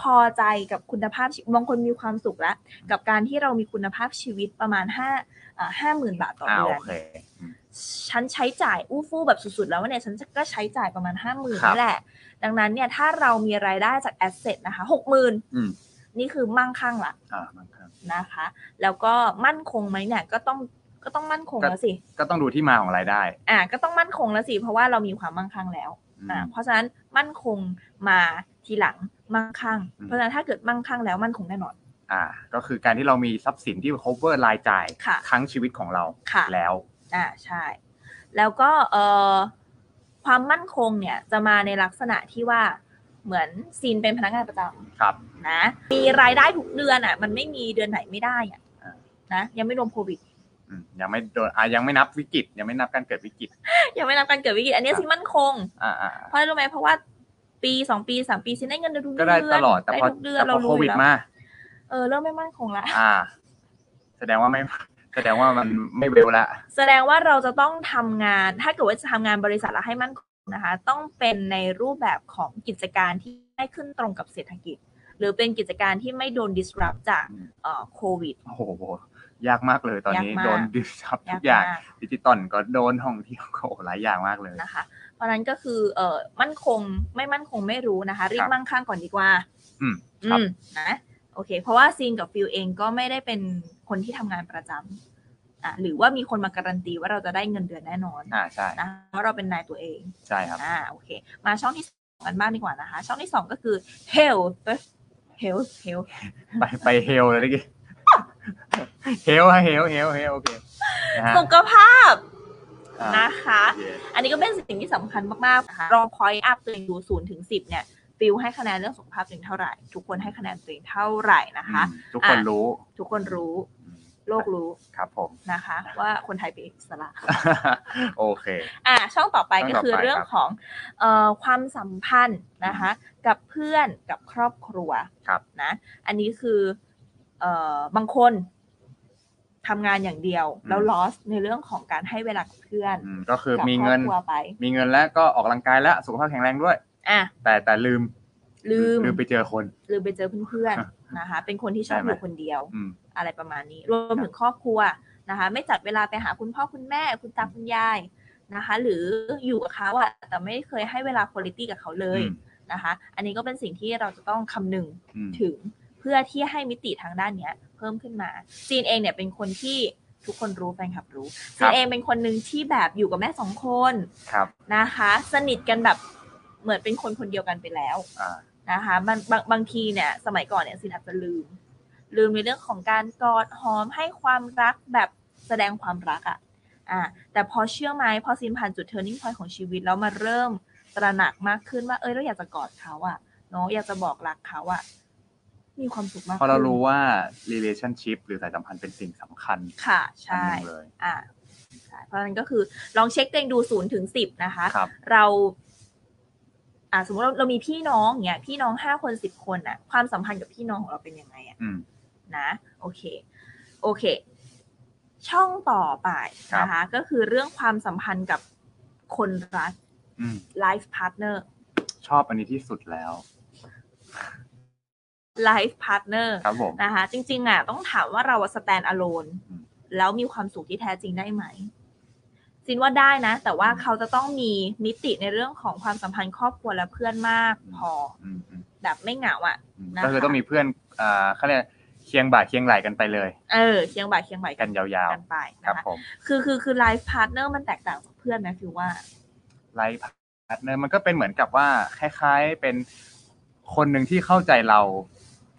[SPEAKER 1] พอใจกับคุณภาพชีวิตบางคนมีความสุขแล้ว กับการที่เรามีคุณภาพชีวิตประมาณห้าห้าหมื่นบาทต่อ
[SPEAKER 2] อ่า
[SPEAKER 1] เดื
[SPEAKER 2] โอ
[SPEAKER 1] อน
[SPEAKER 2] เคอืม
[SPEAKER 1] ฉันใช้จ่ายอู้ฟู่แบบสุดๆ แล้วเนี่ยฉันก็ใช้จ่ายประมาณห้าหมื่น
[SPEAKER 2] ครับ
[SPEAKER 1] นี่นแหละ ดังนั้นเนี่ยถ้าเรามีรายได้จากแอสเซทนะคะหกหมื่น
[SPEAKER 2] อืม
[SPEAKER 1] นี่คือมั่งคั่งละ
[SPEAKER 2] อ่ามันครับ
[SPEAKER 1] นะคะ แล้วก็มั่นคงไหมเนี่ยก็ต้องก็ต้องมั่นคงแล้วสิ
[SPEAKER 2] ก็ต้องดูที่มาของรายได้
[SPEAKER 1] อ่าก็ต้องมั่นคงแล้วสิเพราะว่าเรามีความมั่งคั่งแล้ว
[SPEAKER 2] อืม
[SPEAKER 1] อ่าเพราะฉะนั้นมั่นคงมาทีหลังมั่งคั่ง
[SPEAKER 2] อืม
[SPEAKER 1] เพราะฉะนั้นถ้าเกิดมั่งคั่งแล้วมั่นคงแน่นอน
[SPEAKER 2] อ่า ก็คือการที่เรามีทรัพย์สินที่ cover รายจ่าย
[SPEAKER 1] ค่ะ
[SPEAKER 2] ทั้งชีวิตของเรา
[SPEAKER 1] ค่ะ
[SPEAKER 2] แล้ว
[SPEAKER 1] อ่าใช่ แล้วก็เอ่อความมั่นคงเนี่ยจะมาในลักษณะที่ว่าเหมือนซีนเป็นพนักงานประจ
[SPEAKER 2] ครับ
[SPEAKER 1] ำนะ มีรายได้ทุกเดือนอ่ะ มันไม่มีเดือนไหนไม่ได้อ่ะ
[SPEAKER 2] อ่า
[SPEAKER 1] นะยังไม่รวมโควิด (laughs)
[SPEAKER 2] อืมยังไม่โดนอ่ะยังไม่นับวิกฤต ยังไม่นับการเกิดวิกฤต
[SPEAKER 1] ยังไม่นับการเกิดวิกฤตอันเนี้
[SPEAKER 2] ค
[SPEAKER 1] ย
[SPEAKER 2] รับ
[SPEAKER 1] ซีนมั่นคง
[SPEAKER 2] อ่าอ่า
[SPEAKER 1] เพราะอะไรรู้ไหมเพราะว่าปีสองปีสามปีซีนได้เงินเดือนทุกเดื
[SPEAKER 2] ก็
[SPEAKER 1] อน
[SPEAKER 2] ได้ตลอดแต่
[SPEAKER 1] ได้
[SPEAKER 2] พอ
[SPEAKER 1] ทุกเดือน
[SPEAKER 2] แต่พ
[SPEAKER 1] เรา
[SPEAKER 2] อ
[SPEAKER 1] รู้
[SPEAKER 2] โควิด
[SPEAKER 1] อยู่แล้ว
[SPEAKER 2] มา
[SPEAKER 1] เออเริ่มไม่มั่นคงละ
[SPEAKER 2] อ่า แสดงว่าไม่ (laughs) แสดงว่ามันไม่เวลละ
[SPEAKER 1] แสดงว่าเราจะต้องทำงาน ถ้าเกิดว่าจะทำงานบริษัทแล้วให้มั่นคงนะคะ ต้องเป็นในรูปแบบของกิจการที่ไม่ขึ้นตรงกับเศรษฐกิจ หรือเป็นกิจการที่ไม่โดน disrupt จาก
[SPEAKER 2] อืม
[SPEAKER 1] เอ่อโควิด
[SPEAKER 2] โอ้โห ยากมากเลยตอนนี้
[SPEAKER 1] ยากมาก
[SPEAKER 2] โดนดิสทับทุ
[SPEAKER 1] ยาก
[SPEAKER 2] กอย่าง
[SPEAKER 1] มาก
[SPEAKER 2] ดิจิตอลก็โดนท่องเที่ยวก็โอ้หลายอย่างมากเลย
[SPEAKER 1] นะคะ เพราะฉะนั้นก็คือเอ่อมั่นคงไม่มั่นคงไม่รู้นะคะ รี
[SPEAKER 2] ครับ บ
[SPEAKER 1] มั่งคั่งก่อนดีกว่า
[SPEAKER 2] อืม
[SPEAKER 1] อื
[SPEAKER 2] ครับ
[SPEAKER 1] มนะโอเค เพราะว่าซีนกับฟิลเองก็ไม่ได้เป็นคนที่ทำงานประจำอ่ะหรือว่ามีคนมาการันตีว่าเราจะได้เงินเดือนแน่นอน
[SPEAKER 2] อ่าใช่
[SPEAKER 1] นะเพราะเราเป็นนายตัวเอง
[SPEAKER 2] ใช่ครับ
[SPEAKER 1] อ่าโอเค มาช่องที่สองกันบ้างดีกว่านะคะ ช่องที่สองก็คือ health health health
[SPEAKER 2] ไปไปเฮลเลยเมื่อกี้ เฮลอะเฮลเฮลเฮลโอเคนะฮะ
[SPEAKER 1] สุขภาพ
[SPEAKER 2] อ่า
[SPEAKER 1] นะคะ
[SPEAKER 2] โอเค
[SPEAKER 1] อันนี้ก็เป็นสิ่งที่สำคัญมากๆนะคะลอง point up ตัวเองดูศูนย์ถึงสิบเนี่ย ฟิลให้คะแนนเรื่องสุขภาพตัวเองเท่าไหร่ ทุกคนให้คะแนนตัวเองเท่าไหร่นะคะ
[SPEAKER 2] อืมทุกคน
[SPEAKER 1] อ่ะ
[SPEAKER 2] รู้
[SPEAKER 1] ทุกคนรู้
[SPEAKER 2] อืม
[SPEAKER 1] โลกรู้
[SPEAKER 2] ครับผม (laughs)
[SPEAKER 1] นะคะ ว่าคนไทยเป็นอิสระ
[SPEAKER 2] โอเค
[SPEAKER 1] อ่าช่องต่อไปก็คือ
[SPEAKER 2] ช่องต่อไปครับ
[SPEAKER 1] เรื่องของเอ่อความสัมพันธ์นะคะ กับเพื่อนกับครอบครัว
[SPEAKER 2] ครับ
[SPEAKER 1] นะอันนี้คือเอ่อบางคนทำงานอย่างเดียว
[SPEAKER 2] อืม
[SPEAKER 1] แล้ว loss ในเรื่องของการให้เวลากับเพื่อน
[SPEAKER 2] อืมก็คือ
[SPEAKER 1] กั
[SPEAKER 2] มี
[SPEAKER 1] ครอ
[SPEAKER 2] เงิ
[SPEAKER 1] บ
[SPEAKER 2] น
[SPEAKER 1] ครัวไป
[SPEAKER 2] มีเงินแล้วก็ออกกำลังกายแล้วสุขภาพแข็งแรงด้วย
[SPEAKER 1] อ่ะ
[SPEAKER 2] แต่แต่ลืม
[SPEAKER 1] ลืม
[SPEAKER 2] ลืมไปเจอคน
[SPEAKER 1] ลืมไปเจอเพื่อนๆนะคะ เป็นคนที่ชอบ
[SPEAKER 2] ได้ไหม
[SPEAKER 1] อยู่คนเดียว
[SPEAKER 2] อืม
[SPEAKER 1] อะไรประมาณนี้ รวมถึงครอบครัวนะคะ ไม่จัดเวลาไปหาคุณพ่อคุณแม่ คุณตาคุณยายนะคะ หรืออยู่กับเขาอะแต่ไม่เคยให้เวลาคุณตี้กับเขาเลย
[SPEAKER 2] อืม
[SPEAKER 1] นะคะ อันนี้ก็เป็นสิ่งที่เราจะต้องคำนึง
[SPEAKER 2] อืม
[SPEAKER 1] ถึงเพื่อที่ให้มิติทางด้านเนี้ย เพิ่มขึ้นมาจีนเองเนี่ยเป็นคนที่ทุกคนรู้แฟนคลับรู้
[SPEAKER 2] ครั
[SPEAKER 1] จีน
[SPEAKER 2] บ
[SPEAKER 1] เองเป็นคนหนึ่งที่แบบอยู่กับแม่สองคน
[SPEAKER 2] ครับ
[SPEAKER 1] นะคะ สนิทกันแบบเหมือนเป็นคนคนเดียวกันไปแล้ว
[SPEAKER 2] อ่า
[SPEAKER 1] นะคะบางบางบางทีเนี่ยสมัยก่อนเนี่ยซินอาจจะลืม ลืมในเรื่องของการกอดหอมให้ความรักแบบแสดงความรักอะ่ะอ่ะแต่พอเชื่อไหมพอซินผ่านจุด turning point ของชีวิตแล้วมาเริ่มตระหนักมากขึ้นว่าเอ้ยเราอยากจะกอดเขาอะ่ะเนาะอยากจะบอกรักเขาอะ่ะ มีความสุขมาก
[SPEAKER 2] พอเรา
[SPEAKER 1] ขึ้น
[SPEAKER 2] รู้ว่า relationship หรือสายสัมพันธ์เป็นสิ่งสำคัญ
[SPEAKER 1] ค่ะ
[SPEAKER 2] อัน
[SPEAKER 1] ใช่
[SPEAKER 2] หนึงเลย
[SPEAKER 1] อ่ะใช่เพราะฉะนั้นก็คือลองเช็คตัวเองดูศูนย์ถึงสิบนะคะ
[SPEAKER 2] ครับ
[SPEAKER 1] เราอ่ะสมมติเราเรามีพี่น้องอย่างเงี้ยพี่น้องห้าคนสิบคนอะความสัมพันธ์กับพี่น้องของเราเป็นยังไงอะ
[SPEAKER 2] อืม
[SPEAKER 1] นะโอเคโอเค ช่องต่อไป
[SPEAKER 2] ครับ
[SPEAKER 1] นะคะ ก็คือเรื่องความสัมพันธ์กับคนรัก
[SPEAKER 2] อืม
[SPEAKER 1] life partner
[SPEAKER 2] ชอบอันนี้ที่สุดแล้ว
[SPEAKER 1] life partner
[SPEAKER 2] ครับผม
[SPEAKER 1] นะคะ จริงๆอ่ะต้องถามว่าเราอะ stand alone
[SPEAKER 2] อืม
[SPEAKER 1] แล้วมีความสุขที่แท้จริงได้ไหมจินว่าได้นะ แต่ว่าเขาจะต้องมีมิติในเรื่องของความสัมพันธ์ครอบครัวและเพื่อนมาก พอ
[SPEAKER 2] อืมอืม
[SPEAKER 1] แบบไม่เหงาอ่ะ
[SPEAKER 2] อืม
[SPEAKER 1] นะคะ
[SPEAKER 2] ก็คือต้องมีเพื่อนอ่าเขาเรียกเคียงบ่าเคียงไหลกันไปเลย
[SPEAKER 1] เออเคียงบ่าเคียงไหว
[SPEAKER 2] กันยาว
[SPEAKER 1] กันไป
[SPEAKER 2] ๆ ค
[SPEAKER 1] นะ
[SPEAKER 2] รับ
[SPEAKER 1] คะ
[SPEAKER 2] ผม
[SPEAKER 1] คือคือคือ life partner มันแตกต่างจากเพื่อนนะคือว่า
[SPEAKER 2] ไลฟ์พาร์ทเนอร์มันก็เป็นเหมือนกับว่าคล้ายๆเป็นคนหนึ่งที่เข้าใจเรา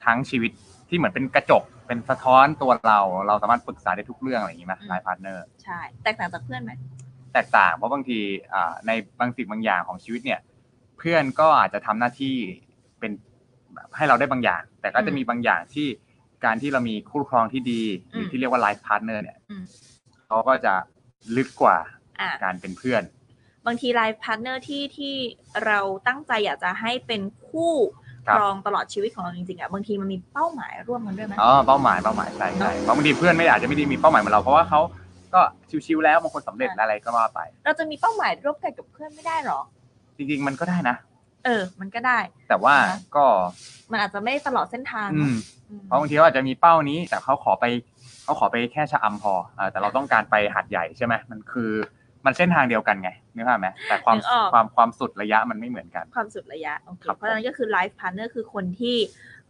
[SPEAKER 2] ทั้งชีวิตที่เหมือนเป็นกระจก เป็นสะท้อนตัวเรา เราสามารถปรึกษาได้ทุกเรื่องอะไรอย่างนี้ไหม
[SPEAKER 1] อืม
[SPEAKER 2] ไลฟ์พาร์ทเนอร์
[SPEAKER 1] ใช่ แตกต่างจากเพื่อนไหม
[SPEAKER 2] แตกต่างเพราะบางทีอ่าในบางสิ่งบางอย่างของชีวิตเนี่ย เพื่อนก็อาจจะทำหน้าที่เป็นแบบให้เราได้บางอย่าง แต่ก็จะ
[SPEAKER 1] อืม
[SPEAKER 2] มีบางอย่างที่การที่เรามีคู่ครองที่ดีหรืออ
[SPEAKER 1] ม
[SPEAKER 2] ที่เรียกว่าไลฟ์พาร์ทเนอร์เนี่ย
[SPEAKER 1] อืม
[SPEAKER 2] เขาก็จะลึกกว่า
[SPEAKER 1] อ่ะ
[SPEAKER 2] การเป็นเพื่อน
[SPEAKER 1] บางทีไลฟ์พาร์ทเนอร์ที่ที่เราตั้งใจอยากจะให้เป็นคู่
[SPEAKER 2] ครับ
[SPEAKER 1] ครองตลอดชีวิตของเราจริงๆอ่ะบางทีมันมีเป้าหมายร่วมกันด้วยไหม
[SPEAKER 2] อ๋อเป้าหมายเป้าหมายใช่ใช่เพราะบางทีเพื่อนไม่อาจจะไม่ได้มีเป้าหมายเหมือนเราเพราะว่าเขาก็ชิวๆแล้วบางคนสำเร็จ
[SPEAKER 1] อ่ะ
[SPEAKER 2] แล้วอะไรก็ว่าไป
[SPEAKER 1] เราจะมีเป้าหมายร่วมกันกับเพื่อนไม่ได้หรอ
[SPEAKER 2] จริงๆมันก็ได้นะ
[SPEAKER 1] เออ มันก็ได้
[SPEAKER 2] แต่ว่า
[SPEAKER 1] อ่ะ
[SPEAKER 2] ก็
[SPEAKER 1] มันอาจจะไม่ตลอดเส้นทาง
[SPEAKER 2] อืม
[SPEAKER 1] อืม
[SPEAKER 2] เพราะบางทีเขาอาจจะมีเป้านี้ แต่เขาขอไปเขาขอไปแค่ชะอำพออ่าแต่เราต้องการไปหัดใหญ่ใช่ไหมมันคือมันเส้นทางเดียวกันไงนึกภาพไหมแต่ความความความสุดระยะมันไม่เหมือนกัน
[SPEAKER 1] ความสุดระยะโอเค
[SPEAKER 2] ครับ
[SPEAKER 1] เพราะฉะนั้นก็คือไลฟ์พาร์ทเนอร์คือคนที่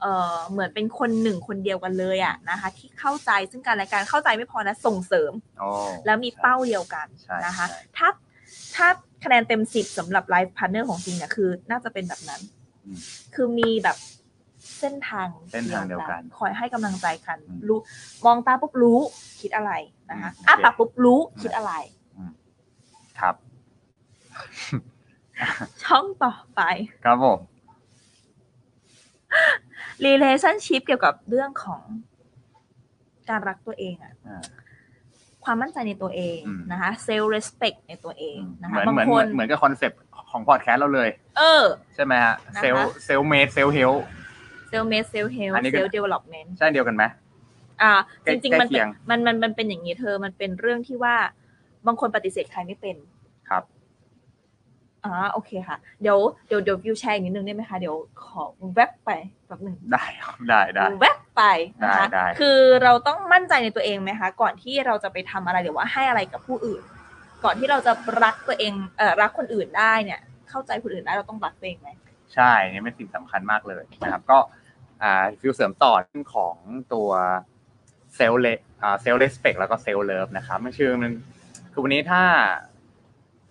[SPEAKER 1] เออเหมือนเป็นคนหนึ่งคนเดียวกันเลยอ่ะนะคะ ที่เข้าใจซึ่งกันและกันเข้าใจไม่พอนะส่งเสริม
[SPEAKER 2] โอ้
[SPEAKER 1] แล้วมีเป้าเดียวกัน
[SPEAKER 2] ใช่
[SPEAKER 1] นะคะ
[SPEAKER 2] ใช่
[SPEAKER 1] ถ้าถ้าคะแนนเต็มสิบสำหรับไลฟ์พาร์ทเนอร์ของจริงเนี่ยคือ น่าจะเป็นแบบนั้น
[SPEAKER 2] อืม
[SPEAKER 1] คือมีแบบเส้นทาง
[SPEAKER 2] เส้นทางเดียวกัน
[SPEAKER 1] คอยให้กำลังใจกัน
[SPEAKER 2] อืม
[SPEAKER 1] รู้มองตาปุ๊บรู้คิดอะไรนะคะ
[SPEAKER 2] อืม
[SPEAKER 1] อ้า
[SPEAKER 2] โอเค
[SPEAKER 1] ปากปุ๊บรู้คิดอะไร
[SPEAKER 2] ครับ
[SPEAKER 1] ช่องต่อไป
[SPEAKER 2] ครับผม
[SPEAKER 1] relationship เกี่ยวกับเรื่องของการรักตัวเองอะ
[SPEAKER 2] อ่า
[SPEAKER 1] ความมั่นใจในตัวเอง
[SPEAKER 2] อืม
[SPEAKER 1] นะคะ self respect ในตัวเองนะ
[SPEAKER 2] เห
[SPEAKER 1] คะ
[SPEAKER 2] มือน
[SPEAKER 1] บาง
[SPEAKER 2] เหมือน
[SPEAKER 1] ค
[SPEAKER 2] เหมือ
[SPEAKER 1] น
[SPEAKER 2] นเหมือนกับคอนเซปต์ของพอดแคสต์เราเลย
[SPEAKER 1] เออ
[SPEAKER 2] ใช่ไหมฮะ
[SPEAKER 1] นะคะ
[SPEAKER 2] เซลเซลเมดเซลเฮล
[SPEAKER 1] self made self help
[SPEAKER 2] อันนี้ก็
[SPEAKER 1] self development
[SPEAKER 2] ใช่เดียวกันไหม
[SPEAKER 1] อ่า
[SPEAKER 2] ใกล้
[SPEAKER 1] จริงๆมันเป็
[SPEAKER 2] ใกล้เคี
[SPEAKER 1] น
[SPEAKER 2] ยง
[SPEAKER 1] มันมันมันเป็นอย่างนี้เธอมันเป็นเรื่องที่ว่าบางคนปฏิเสธใครไม่เป็น
[SPEAKER 2] ครับ
[SPEAKER 1] อ่าโอเคค่ะ เดี๋ยวเดี๋ยวเดี๋ยววิวแชร์อีกนิดนึงได้ไหมคะเดี๋ยวขอแวบไปแบบหนึ่ง
[SPEAKER 2] ได้ครับได้ได้
[SPEAKER 1] แวบไปนะคะ
[SPEAKER 2] ได้ได้
[SPEAKER 1] คือเราต้องมั่นใจในตัวเองไหมคะ ก่อนที่เราจะไปทำอะไรหรือว่าให้อะไรกับผู้อื่น ก่อนที่เราจะรักตัวเองเอ่อรักคนอื่นได้เนี่ย เข้าใจคนอื่นได้เราต้องรักตัวเองไหม
[SPEAKER 2] ใช่เนี่ยเป็นสิ่งสำคัญมากเลยนะครับ ก็อ่าฟิวเสริมต่อเรื่องของตัวเซลเลเซลเลสเปกแล้วก็เซลเลิฟนะครับมันชื่อมันคือวันนี้ถ้า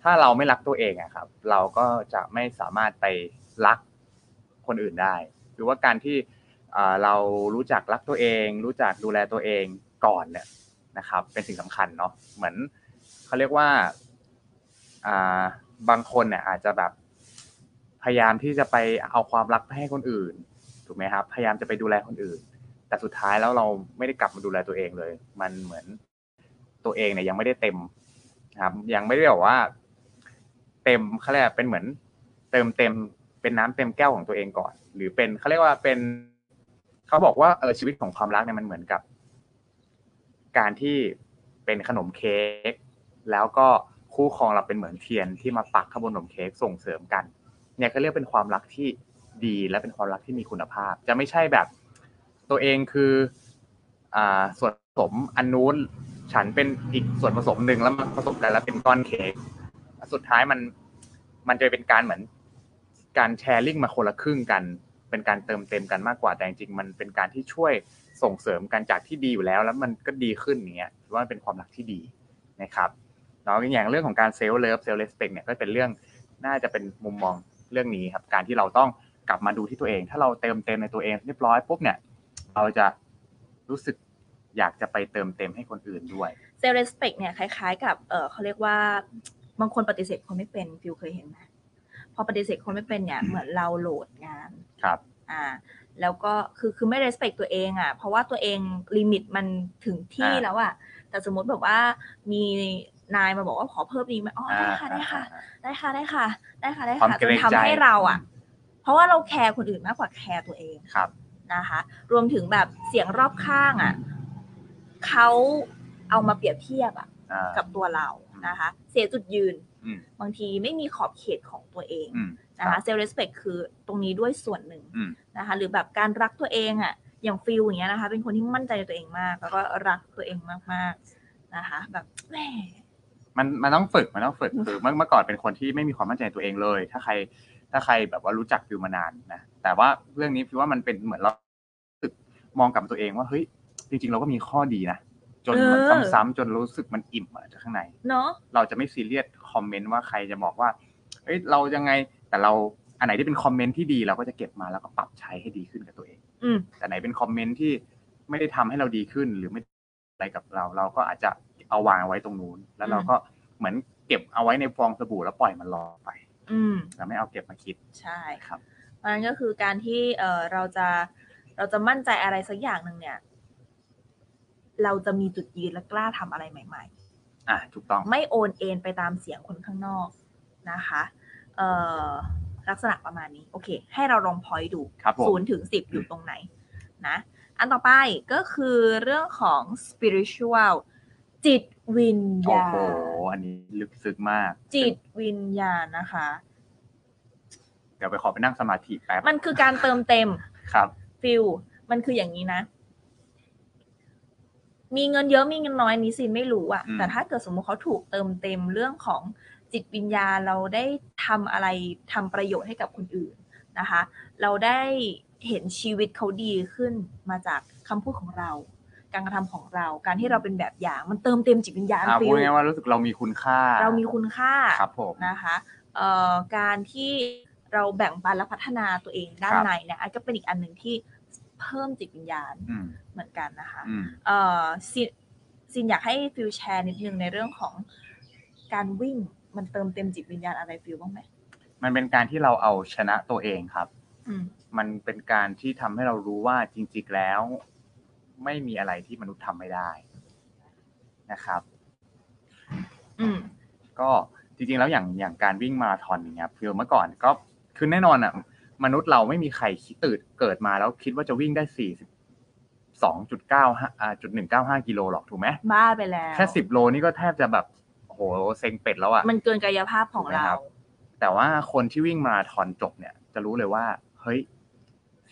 [SPEAKER 2] ถ้าเราไม่รักตัวเองอะครับ เราก็จะไม่สามารถไปรักคนอื่นได้ หรือว่าการที่อ่าเรารู้จักรักตัวเอง รู้จักดูแลตัวเองก่อนเนี่ยนะครับ เป็นสิ่งสำคัญเนาะเหมือนเขาเรียกว่าอ่าบางคนเนี่ยอาจจะแบบ พยายามที่จะไปเอาความรักไปให้คนอื่น ถูกไหมครับ พยายามจะไปดูแลคนอื่น แต่สุดท้ายแล้วเราไม่ได้กลับมาดูแลตัวเองเลย มันเหมือนตัวเองเนี่ยยังไม่ได้เต็มนะครับ ยังไม่ได้แบบว่า เต็มเขาเรียกว่าเป็นเหมือน เติมเต็มเป็นน้ำเต็มแก้วของตัวเองก่อน หรือเป็นเขาเรียกว่าเป็นเขาบอกว่าเออชีวิตของความรักเนี่ยมันเหมือนกับ การที่เป็นขนมเค้กแล้วก็คู่ครองเราเป็นเหมือนเทียนที่มาปักข้างบนขนมเค้กส่งเสริมกัน เนี่ยเขาเรียกเป็นความรักที่ ดีและเป็นความรักที่มีคุณภาพ จะไม่ใช่แบบตัวเองคืออ่าส่วนผสมอันนู้นฉันเป็นอีกส่วนผสมหนึ่งแล้วมันผสมกันแล้วเป็นก้อนเค้กสุดท้ายมันมันจะเป็นการเหมือนการแชร์ลิงก์มาคนละครึ่งกัน เป็นการเติมเต็มกันมากกว่าแต่จริงๆมันเป็นการที่ช่วยส่งเสริมกันจากที่ดีอยู่แล้ว แล้วมันก็ดีขึ้นอย่างเงี้ยถือว่ามันเป็นความรักที่ดีนะครับ เนาะอย่างเรื่องของการเซลล์เลิฟเซลล์เลสเปกเนี่ยก็เป็นเรื่องน่าจะเป็นมุมมองเรื่องนี้ครับ การที่เราต้องกลับมาดูที่ตัวเอง ถ้าเราเติมเต็มในตัวเองเรียบร้อยปุ๊บเนี่ยเราจะรู้สึกอยากจะไปเติมเต็มให้คนอื่นด้วย
[SPEAKER 1] เซลล์เรสเพคเนี่ยคล้ายๆ กับเออเขาเรียกว่าบางคนปฏิเสธคนไม่เป็นฟิวเคยเห็นไหมพอปฏิเสธคนไม่เป็นเนี่ยเหมือนเราโหลดงาน
[SPEAKER 2] ครับ
[SPEAKER 1] อ่าแล้วก็คือคือไม่ respect ตัวเองอ่ะเพราะว่าตัวเองลิมิตมันถึงที่
[SPEAKER 2] อ่า
[SPEAKER 1] แล้วอ่ะแต่สมมติแบบว่ามีนายมาบอกว่าขอเพิ่มดีไหมอ๋อได้ค่ะได้ค่ะ
[SPEAKER 2] อ่า
[SPEAKER 1] ได้ค่ะได้ค่ะ ได้ค่ะได้
[SPEAKER 2] ความ
[SPEAKER 1] ค่ะ
[SPEAKER 2] เก
[SPEAKER 1] จ
[SPEAKER 2] ร
[SPEAKER 1] น
[SPEAKER 2] งใจ
[SPEAKER 1] ทำให้เราอ่ะ เพราะว่าเราแคร์คนอื่นมากกว่าแคร์ตัวเอง
[SPEAKER 2] ครับ
[SPEAKER 1] นะคะ รวมถึงแบบเสียงรอบข้างอ่ะเขาเอามาเปรียบเทียบอ่ะ
[SPEAKER 2] อ่า
[SPEAKER 1] กับตัวเรานะคะ เสียจุดยืน
[SPEAKER 2] อืม
[SPEAKER 1] บางทีไม่มีขอบเขตของตัวเอง
[SPEAKER 2] อืม
[SPEAKER 1] นะ
[SPEAKER 2] ครั
[SPEAKER 1] คะ
[SPEAKER 2] บ
[SPEAKER 1] เซลล์เรสเพคคือตรงนี้ด้วยส่วนหนึ่ง
[SPEAKER 2] อืม
[SPEAKER 1] นะคะ หรือแบบการรักตัวเองอ่ะ อย่างฟิลอย่างเงี้ยนะคะ เป็นคนที่มั่นใจในตัวเองมาก แล้วก็รักตัวเองมากๆนะคะ แบบแหม
[SPEAKER 2] มันมันต้องฝึกมันต้องฝึกคือเมื่อเมื่อก่อนเป็นคนที่ไม่มีความมั่นใจในตัวเองเลย ถ้าใครถ้าใครแบบว่ารู้จักฟิวมานานนะแต่ว่าเรื่องนี้ฟิวว่ามันเป็นเหมือนเรารู้สึกมองกลับมาตัวเองว่าเฮ้ยจริง ๆ เราก็มีข้อดีนะจนมัน
[SPEAKER 1] เออ
[SPEAKER 2] ซ้ำๆจนรู้สึกมันอิ่มอะจากข้างใน
[SPEAKER 1] เนาะ
[SPEAKER 2] เราจะไม่ซีเรียสคอมเมนต์ว่าใครจะบอกว่าเอ้ยเรายังไงแต่เราอันไหนที่เป็นคอมเมนต์ที่ดีเราก็จะเก็บมาแล้วก็ปรับใช้ให้ดีขึ้นกับตัวเอง
[SPEAKER 1] อืม
[SPEAKER 2] แต่ไหนเป็นคอมเมนต์ที่ไม่ได้ทำให้เราดีขึ้นหรือไม่อะไรกับเรา เราก็อาจจะเอาวางไว้ตรงนู้น แล้วเราก็เหมือนเก็บเอาไว้ในฟองสบู่แล้วปล่อยมันรอไป
[SPEAKER 1] อืม
[SPEAKER 2] เราไม่เอาเก็บมาคิด
[SPEAKER 1] ใช่
[SPEAKER 2] ครับ
[SPEAKER 1] เพราะฉะนั้นก็คือการที่เออเราจะเราจะมั่นใจอะไรสักอย่างหนึ่งเนี่ย เราจะมีจุดยืนและกล้าทำอะไรใหม่
[SPEAKER 2] อ่ะถูกต้อง
[SPEAKER 1] ๆ ไม่โอนเอ็นไปตามเสียงคนข้างนอกนะคะเอ่อลักษณะประมาณนี้ โอเค ให้เราลองพอยต์ดู
[SPEAKER 2] ครับผม
[SPEAKER 1] ศูนย์ถึงสิบอยู่ตรงไหนนะ อันต่อไปก็คือเรื่องของ spiritual จิตวิญ
[SPEAKER 2] โอ้
[SPEAKER 1] ญา
[SPEAKER 2] โห
[SPEAKER 1] ณ
[SPEAKER 2] อันนี้ลึกซึ้งมาก
[SPEAKER 1] จิตวิญญาณนะคะ
[SPEAKER 2] เดี๋ยวไปขอไปนั่งสมาธิแป๊บ
[SPEAKER 1] มันคือการเติมเต็ม
[SPEAKER 2] ครับ
[SPEAKER 1] ฟิลมันคืออย่างนี้นะ มีเงินเยอะมีเงินน้อยอันนี้ซินไม่รู้อะ
[SPEAKER 2] อืม
[SPEAKER 1] แต่ถ้าเกิดสมมุติเขาถูกเติมเต็มเรื่องของจิตวิญญาณเราได้ทำอะไรทำประโยชน์ให้กับคนอื่นนะคะ เราได้เห็นชีวิตเขาดีขึ้นมาจากคำพูดของเรา การกระทำของเรา การที่เราเป็นแบบอย่างมันเติมเต็มจิตวิญญาณ
[SPEAKER 2] อ่า
[SPEAKER 1] ฟิ
[SPEAKER 2] พู
[SPEAKER 1] ล
[SPEAKER 2] ดง่ายๆว่ารู้สึกเรามีคุณค่า
[SPEAKER 1] เรามีคุณค่า
[SPEAKER 2] ครับผม
[SPEAKER 1] นะคะเอ่อการที่เราแบ่งปันและพัฒนาตัวเองด้าน
[SPEAKER 2] ครับ
[SPEAKER 1] ในเนี่ยอันก็เป็นอีกอันหนึ่งที่เพิ่มจิตวิญญาณ
[SPEAKER 2] อืม
[SPEAKER 1] เหมือนกันนะคะ
[SPEAKER 2] อืม
[SPEAKER 1] เอ่อซินซินอยากให้ฟิลแชร์นิดนึงในเรื่องของการวิ่งมันเติมเต็มจิตวิญญาณอะไรฟิลบ้างไหม
[SPEAKER 2] มันเป็นการที่เราเอาชนะตัวเองครับ
[SPEAKER 1] อืม
[SPEAKER 2] มันเป็นการที่ทำให้เรารู้ว่าจริงๆแล้ว ไม่มีอะไรที่มนุษย์ทำไม่ได้นะครับ
[SPEAKER 1] อืม
[SPEAKER 2] ก็จริงๆแล้วอย่างอย่างการวิ่งมาราธอนอย่างเงี้ยคือเมื่อก่อนก็คือแน่นอนอ่ะมนุษย์เราไม่มีใครคิดตื่นเกิดมาแล้วคิดว่าจะวิ่งได้สี่สิบสองจุดเก้าห้าจุดหนึ่งเก้าห้ากิโลหรอกถูกไหม
[SPEAKER 1] บ้าไปแล้ว
[SPEAKER 2] แค่สิบโลนี่ก็แทบจะแบบโอ้โหเซ็งเป็ดแล้วอ่ะ
[SPEAKER 1] มันเกินกายภาพของ
[SPEAKER 2] ถูกไหม
[SPEAKER 1] เรา
[SPEAKER 2] ครับ แต่ว่าคนที่วิ่งมาราธอนจบเนี่ย จะรู้เลยว่าเฮ้ย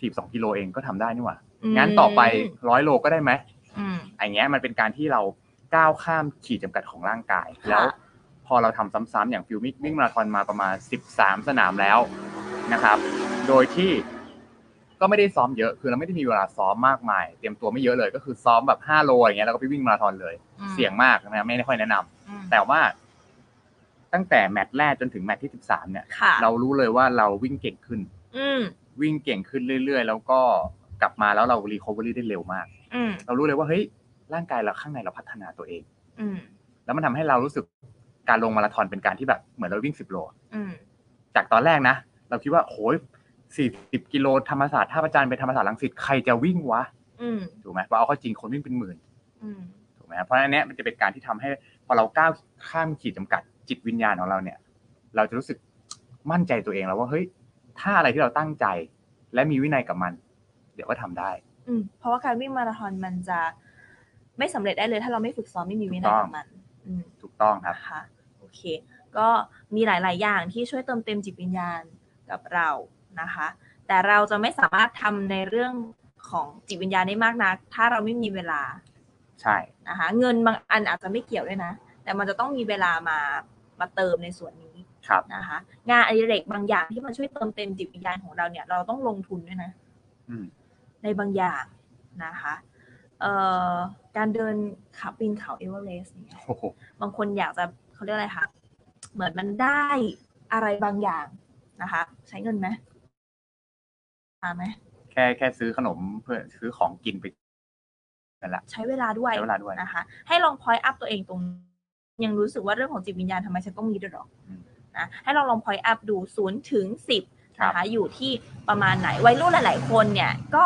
[SPEAKER 2] สี่สองกิโลเองก็ทำได้นี่หว่างั้นต่อไปร้อยโลก็ได้ไหม
[SPEAKER 1] อืม
[SPEAKER 2] อันเนี้ยมันเป็นการที่เราก้าวข้ามขีดจำกัดของร่างกาย
[SPEAKER 1] ค่ะ
[SPEAKER 2] แล้วพอเราทำซ้ำๆอย่างฟิวมิกวิ่งมาราธอนมาประมาณ 13 สนามแล้วนะครับ โดยที่ก็ไม่ได้ซ้อมเยอะคือเราไม่ได้มีเวลาซ้อมมากมาย เตรียมตัวไม่เยอะเลย ก็คือซ้อมแบบ 5 โลอย่างเงี้ยแล้วก็ไปวิ่งมาราธอนเลย
[SPEAKER 1] อืม
[SPEAKER 2] เสี่ยงมากนะไม่ได้ค่อยแนะนำ
[SPEAKER 1] อืม
[SPEAKER 2] แต่ว่าตั้งแต่แมตช์แรกจนถึงแมตช์ที่ 13 เนี่ย
[SPEAKER 1] ค่ะ
[SPEAKER 2] เรารู้เลยว่าเราวิ่งเก่งขึ้น
[SPEAKER 1] อืม
[SPEAKER 2] วิ่งเก่งขึ้นเรื่อย ๆ แล้วก็กลับมาแล้วเรารีคอเวอรี่ได้เร็วมาก
[SPEAKER 1] อืม
[SPEAKER 2] เรารู้เลยว่าเฮ้ยร่างกายเราข้างในเราพัฒนาตัวเอง
[SPEAKER 1] อืม
[SPEAKER 2] แล้วมันทำให้เรารู้สึกการลงมาราธอนเป็นการที่แบบเหมือนเราวิ่งสิบโลอะ
[SPEAKER 1] อืม
[SPEAKER 2] จากตอนแรกนะ เราคิดว่าโอ้ยสี่สิบกิโลธรรมศาสตร์ท่าประจันทร์ไปธรรมศาสตร์ลังสิตใครจะวิ่งวะ
[SPEAKER 1] อืม
[SPEAKER 2] ถูกไหมว่าเอาเข้อจริงคนวิ่งเป็นหมื่น
[SPEAKER 1] อืม
[SPEAKER 2] ถูกไหมเพราะอันเนี้ยมันจะเป็นการที่ทำให้พอเราก้าวข้ามขีดจำกัดจิตวิญญาณของเราเนี่ย เราจะรู้สึกมั่นใจตัวเองแล้วว่าเฮ้ยถ้าอะไรที่เราตั้งใจ และมีวินัยกับมัน เดี๋ยวก็ทำได้
[SPEAKER 1] อืมเพราะว่าการวิ่งมาราธอนมันจะไม่สำเร็จได้เลย ถ้าเราไม่ฝึกซ้อมไม่มีวินัยกับมัน อืม
[SPEAKER 2] ถูกต้องครับ
[SPEAKER 1] นะคะโอเค ก็มีหลาย ๆ อย่างที่ช่วยเติมเต็มจิตวิญญาณกับเรานะคะ แต่เราจะไม่สามารถทำในเรื่องของจิตวิญญาณได้มากนัก ถ้าเราไม่มีเวลา
[SPEAKER 2] ใช่
[SPEAKER 1] นะคะเงินบางอันอาจจะไม่เกี่ยวด้วยนะ แต่มันจะต้องมีเวลามามาเติมในส่วนนี้
[SPEAKER 2] ครับ
[SPEAKER 1] นะคะงานอดิเรกบางอย่างที่มันช่วยเติมเต็มจิตวิญญาณของเราเนี่ยเราต้องลงทุนด้วยนะ
[SPEAKER 2] อืม
[SPEAKER 1] ในบางอย่างนะคะเอ่อการเดินขับปีนเขาเอเวอเรสต์เนี่ย
[SPEAKER 2] โอ้โห
[SPEAKER 1] บางคนอยากจะเขาเรียกอะไรคะเหมือนมันได้อะไรบางอย่างนะคะ ใช้เงินไหมอ่าไหม
[SPEAKER 2] แค่แค่ซื้อขนมเพื่อซื้อของกินไปนั่นแหละ
[SPEAKER 1] ใช้เวลาด้วย
[SPEAKER 2] ใช้เวลาด้วย
[SPEAKER 1] นะคะ ให้ลองพอยอัพตัวเองตรงนี้ยังรู้สึกว่าเรื่องของจิตวิญญาณทำไมฉันต้องมีด้วยหรอ
[SPEAKER 2] อืม
[SPEAKER 1] นะให้ลองลองพอยอัพดูศูนย์ถึงสิบ
[SPEAKER 2] ครับ
[SPEAKER 1] นะคะ อยู่ที่ประมาณไหนวัยรุ่นหลาย ๆ คนเนี่ย ก็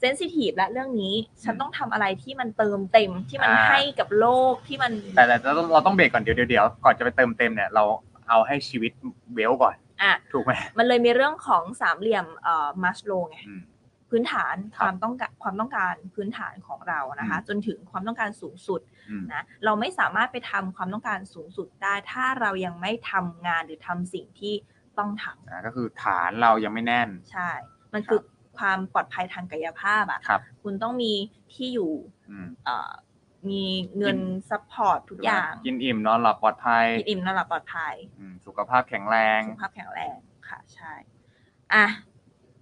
[SPEAKER 1] เซนซิทีฟและเรื่องนี้ ฉันต้องทำอะไรที่มันเติมเต็มที่มันให้กับโลกที่มัน
[SPEAKER 2] แต่แต่เราต้องเราต้องเบรกก่อนเดี๋ยวเดี๋ยวเดี๋ยวก่อนจะไปเติมเต็มเนี่ยเราเอาให้ชีวิตเวลก่อน
[SPEAKER 1] อ่ะ
[SPEAKER 2] ถูกไหม
[SPEAKER 1] มันเลยมีเรื่องของสามเหลี่ยมเอ่อมัสโลไง
[SPEAKER 2] อืม
[SPEAKER 1] พื้นฐาน
[SPEAKER 2] ค
[SPEAKER 1] ครับ วามต้องการความต้องการพื้นฐานของเรานะคะ
[SPEAKER 2] อืม
[SPEAKER 1] จนถึงความต้องการสูงสุด
[SPEAKER 2] อืม
[SPEAKER 1] นะเราไม่สามารถไปทำความต้องการสูงสุดได้ ถ้าเรายังไม่ทำงานหรือทำสิ่งที่ต้องทำ
[SPEAKER 2] อ่าก็คือฐานเรายังไม่แน่น
[SPEAKER 1] ใช่ มันคือความปลอดภัยทางกายภาพอะ
[SPEAKER 2] ครับ
[SPEAKER 1] คุณต้องมีที่อยู่
[SPEAKER 2] อืม
[SPEAKER 1] เอ่อมีเงินซัพพอร์ตทุกอย่าง
[SPEAKER 2] กินอิ่มนอนหลับปลอดภัย
[SPEAKER 1] กินอิ่มนอนหลับปลอดภัย
[SPEAKER 2] อืมสุขภาพแข็งแรง
[SPEAKER 1] สุขภาพแข็งแรงค่ะใช่อ่ะ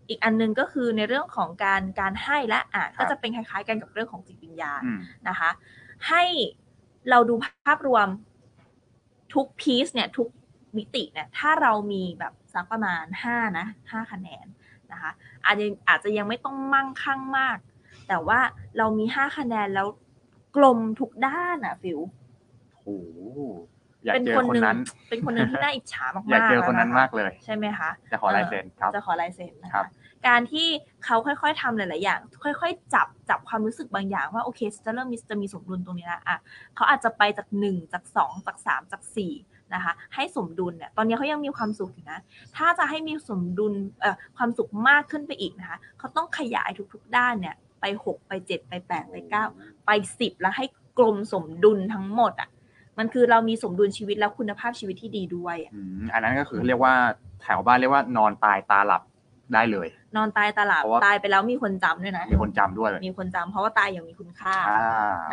[SPEAKER 1] อีกอันหนึงก็คือในเรื่องของการการให้และอ่ะ
[SPEAKER 2] ครับ
[SPEAKER 1] ก็จะเป็นคล้ายๆกันกับเรื่องของจิตวิญญาณ
[SPEAKER 2] อืม
[SPEAKER 1] นะคะ ให้เราดูภาพรวมทุกพีซเนี่ยทุกมิติเนี่ยถ้าเรามีแบบสักประมาณ5นะ5คะแนนนะคะอาจจะอาจจะยังไม่ต้องมั่งคั่งมาก แต่ว่าเรามี 5 คะแนนแล้วกลมทุกด้านอะฟิว
[SPEAKER 2] โอ้โหอยากเจอคนนั้น
[SPEAKER 1] เป็นคนหนึ่งที่น่าอิจฉามากๆ
[SPEAKER 2] อยากเจอคนนั้น
[SPEAKER 1] แล้วะะ
[SPEAKER 2] มากเลย
[SPEAKER 1] ใช่ไหมคะ
[SPEAKER 2] จะขอลายเซ็นครับ
[SPEAKER 1] จะขอลายเซ็นนะ
[SPEAKER 2] ครั
[SPEAKER 1] คะ
[SPEAKER 2] บ
[SPEAKER 1] การที่เขาค่อยๆทำหลายๆอย่าง ค่อยๆ จับจับความรู้สึกบางอย่างว่าโอเคฉันจะเริ่มมีจะมีสมดุลตรงนี้ละอ่ะเขาอาจจะไปจากหนึ่งจากสองจากสามจากสี่นะคะให้สมดุลเนี่ยตอนนี้เขายังมีความสุขอยู่นะ ถ้าจะให้มีสมดุลเอ่อความสุขมากขึ้นไปอีกนะคะเขาต้องขยายทุกๆด้านเนี่ยไปหกไปเจ็ดไปแปดไปเก้าไปสิบแล้วให้กลมสมดุลทั้งหมดอ่ะมันคือเรามีสมดุลชีวิตและคุณภาพชีวิตที่ดีด้วยอะ
[SPEAKER 2] อืมอันนั้นก็คือเรียกว่าแถวบ้านเรียกว่านอนตายตาหลับได้เลย
[SPEAKER 1] นอนตายตาหลับ
[SPEAKER 2] เพราะว่า
[SPEAKER 1] ตายไปแล้วมีคนจำด้วยนะ
[SPEAKER 2] มีคนจำด้วย
[SPEAKER 1] มีคนจำเพราะว่าตายอย่างมีคุณค่า
[SPEAKER 2] อ่า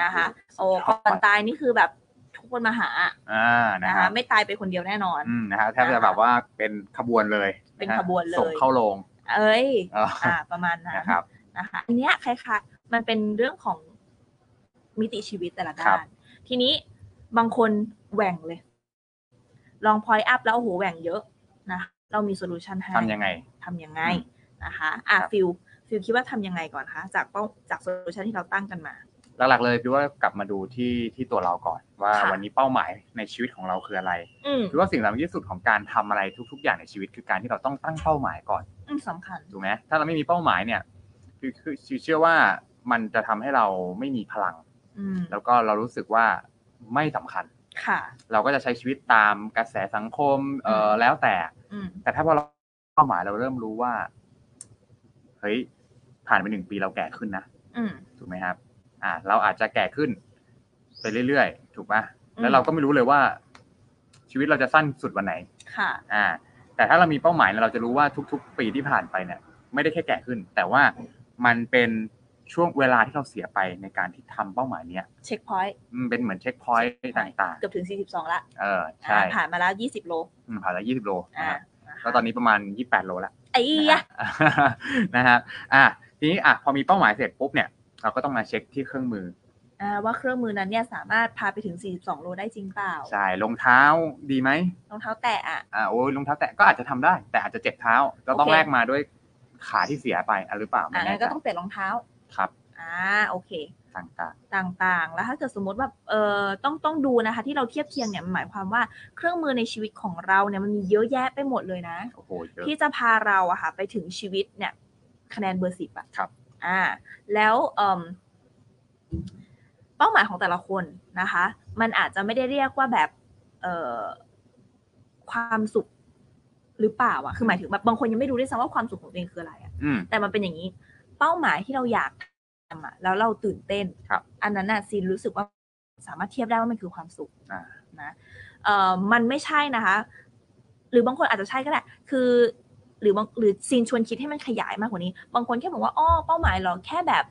[SPEAKER 1] นะคะ โอ้ก่อนตายนี่คือแบบทุกคนมาหา
[SPEAKER 2] อ่านะ
[SPEAKER 1] นะ
[SPEAKER 2] ค
[SPEAKER 1] คะ
[SPEAKER 2] รับ
[SPEAKER 1] ไม่ตายไปคนเดียวแน่นอน
[SPEAKER 2] อืมนะฮะแทบจะแบบว่าเป็นขบวนเลย
[SPEAKER 1] เป็นขบวนเลย
[SPEAKER 2] ส่งเข้าโรง
[SPEAKER 1] เอ้ย
[SPEAKER 2] เออ
[SPEAKER 1] อ่าประมาณนั้น
[SPEAKER 2] นะครับ
[SPEAKER 1] นะคะอันเนี้ยคล้ายๆมันเป็นเรื่องของมิติชีวิตแต่ละ
[SPEAKER 2] ครับ
[SPEAKER 1] ด้าน ทีนี้บางคนแหว่งเลย ลองพอยอัพแล้วโอ้โหแหว่งเยอะนะเรามีโซลูชันให้
[SPEAKER 2] ทำยังไง
[SPEAKER 1] ทำยังไง
[SPEAKER 2] อืม
[SPEAKER 1] นะคะอ่ะ
[SPEAKER 2] ครับ
[SPEAKER 1] ฟิลฟิลคิดว่าทำยังไงก่อนคะจากเป้าจากโซลูชันที่เราตั้งกันมา
[SPEAKER 2] หลักๆเลยพี่ว่ากลับมาดูที่ที่ตัวเราก่อน ว่า
[SPEAKER 1] ค่ะ
[SPEAKER 2] วันนี้เป้าหมายในชีวิตของเราคืออะไร
[SPEAKER 1] อืม
[SPEAKER 2] พี่ว่าสิ่งสำคัญที่สุดของการทำอะไรทุก ๆ อย่างในชีวิตคือการที่เราต้องตั้งเป้าหมายก่อน
[SPEAKER 1] อืมสำคัญ
[SPEAKER 2] ถูกไหมถ้าเราไม่มีเป้าหมายเนี่ยคือคือคือเชื่อว่ามันจะทำให้เราไม่มีพลัง
[SPEAKER 1] อืม
[SPEAKER 2] แล้วก็เรารู้สึกว่าไม่สำคัญ
[SPEAKER 1] ค่ะ
[SPEAKER 2] เราก็จะใช้ชีวิตตามกระแสสังคมเออ
[SPEAKER 1] อืม
[SPEAKER 2] แล้วแต่
[SPEAKER 1] อืม
[SPEAKER 2] แต่ถ้าพอเราเป้าหมายเราเริ่มรู้ว่าเฮ้ยผ่านไปหนึ่งปีเราแก่ขึ้นนะ
[SPEAKER 1] อืม
[SPEAKER 2] ถูกไหมครับ อ่า เราอาจจะแก่ขึ้น ไปเรื่อยๆ ถูกปะ
[SPEAKER 1] อืม
[SPEAKER 2] แล้วเราก็ไม่รู้เลยว่า ชีวิตเราจะสั้นสุดวันไหน
[SPEAKER 1] ค่ะ
[SPEAKER 2] อ่า แต่ถ้าเรามีเป้าหมายเนี่ยเราจะรู้ว่าทุก ๆ ปีที่ผ่านไปเนี่ย ไม่ได้แค่แก่ขึ้น แต่ว่ามันเป็นช่วงเวลาที่เราเสียไปในการที่ทำเป้าหมายเนี้ย
[SPEAKER 1] เช็คพอยต์
[SPEAKER 2] อืมเป็นเหมือนเช็คพอยต์ต่าง
[SPEAKER 1] เกือบถึง 42 ละ
[SPEAKER 2] ๆ เออ ใช่
[SPEAKER 1] อ่าผ่านมาแล้ว 20 โล
[SPEAKER 2] อืมผ่านแล้วยี่สิบโล
[SPEAKER 1] อ่า
[SPEAKER 2] นะครับก็ตอนนี้ประมาณยี่สิบแปดโลละ
[SPEAKER 1] ไอ้ยะ
[SPEAKER 2] นะครับ (laughs) นะครับอ่ะทีนี้อ่ะพอมีเป้าหมายเสร็จปุ๊บเนี่ย เราก็ต้องมาเช็คที่เครื่องมือ
[SPEAKER 1] อ่าว่าเครื่องมือนั้นเนี่ยสามารถพาไปถึง 42 โลได้จริงเปล่า
[SPEAKER 2] ใช่รองเท้าดีไหม
[SPEAKER 1] รองเท้าแตะอ่ะ
[SPEAKER 2] อ่าโอ้ยรองเท้าแตะก็อาจจะทำได้ แต่อาจจะเจ็บเท้าก็ต้อง
[SPEAKER 1] โอเค
[SPEAKER 2] แลกมาด้วยขาที่เสียไปอ่ะหรือเปล่าไม่
[SPEAKER 1] อ่า
[SPEAKER 2] แน่
[SPEAKER 1] งั้น
[SPEAKER 2] ใจ
[SPEAKER 1] ก็ต้องเปลี่ยนรองเท้า
[SPEAKER 2] ครับ
[SPEAKER 1] อ่า โอเค
[SPEAKER 2] ต่าง
[SPEAKER 1] ต่างๆ แล้วถ้าเกิดสมมติว่าเออต้องต้องดูนะคะ ที่เราเทียบเคียงเนี่ยมันหมายความว่าเครื่องมือในชีวิตของเราเนี่ยมันมีเยอะแยะไปหมดเลยนะ
[SPEAKER 2] ๆโอ้โหเยอะ
[SPEAKER 1] ที่จะพาเราอะค่ะไปถึงชีวิตเนี่ย คะแนนเบอร์สิบอะ
[SPEAKER 2] ครับ
[SPEAKER 1] อ่า แล้วเอิ่มเป้าหมายของแต่ละคนนะคะ มันอาจจะไม่ได้เรียกว่าแบบ เอ่อความสุขหรือเปล่าอะคือหมายถึงแบบบางคนยังไม่รู้ด้วยซ้ำว่าความสุขของตัวเองคืออะไรอะ
[SPEAKER 2] อืม
[SPEAKER 1] แต่มันเป็นอย่างนี้ เป้าหมายที่เราอยากทำอะแล้วเราตื่นเต้น
[SPEAKER 2] ครับ
[SPEAKER 1] อันนั้นน่ะซีนรู้สึกว่าสามารถเทียบได้ว่ามันคือความสุข
[SPEAKER 2] อ่า
[SPEAKER 1] นะเอ่อมันไม่ใช่นะคะ หรือบางคนอาจจะใช่ก็ได้ คือ หรือบางหรือซีนชวนคิดให้มันขยายมากกว่านี้ บางคนแค่บอกว่าอ้อเป้าหมายเหรอแค่แบบ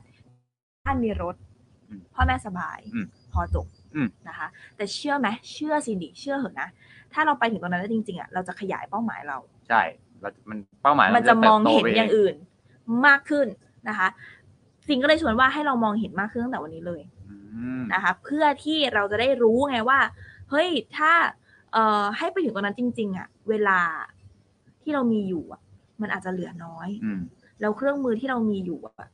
[SPEAKER 1] ท่านมีรถ
[SPEAKER 2] อืม
[SPEAKER 1] พ่อแม่สบาย
[SPEAKER 2] อืม
[SPEAKER 1] พอจบ
[SPEAKER 2] อืม
[SPEAKER 1] นะคะ แต่เชื่อไหมเชื่อสินดิเชื่อเหอะนะ ถ้าเราไปถึงตรงนั้นแล้วจริงๆอ่ะเราจะขยายเป้าหมายเรา
[SPEAKER 2] ใช่เรามันเป้าหมาย
[SPEAKER 1] มันจะมองเห็
[SPEAKER 2] ติบโต
[SPEAKER 1] น
[SPEAKER 2] ไป
[SPEAKER 1] อย่างอื่นมากขึ้นนะคะสิงก็เลยชวนว่าให้เรามองเห็นมากขึ้นตั้งแต่วันนี้เลย
[SPEAKER 2] อืม
[SPEAKER 1] นะคะเพื่อที่เราจะได้รู้ไงว่า เฮ้ยถ้าเอ่อให้ไปถึงตรงนั้นจริง ๆอะเวลาที่เรามีอยู่อะมันอาจจะเหลือน้อย
[SPEAKER 2] อืม
[SPEAKER 1] แล้วเครื่องมือที่เรามีอยู่อะ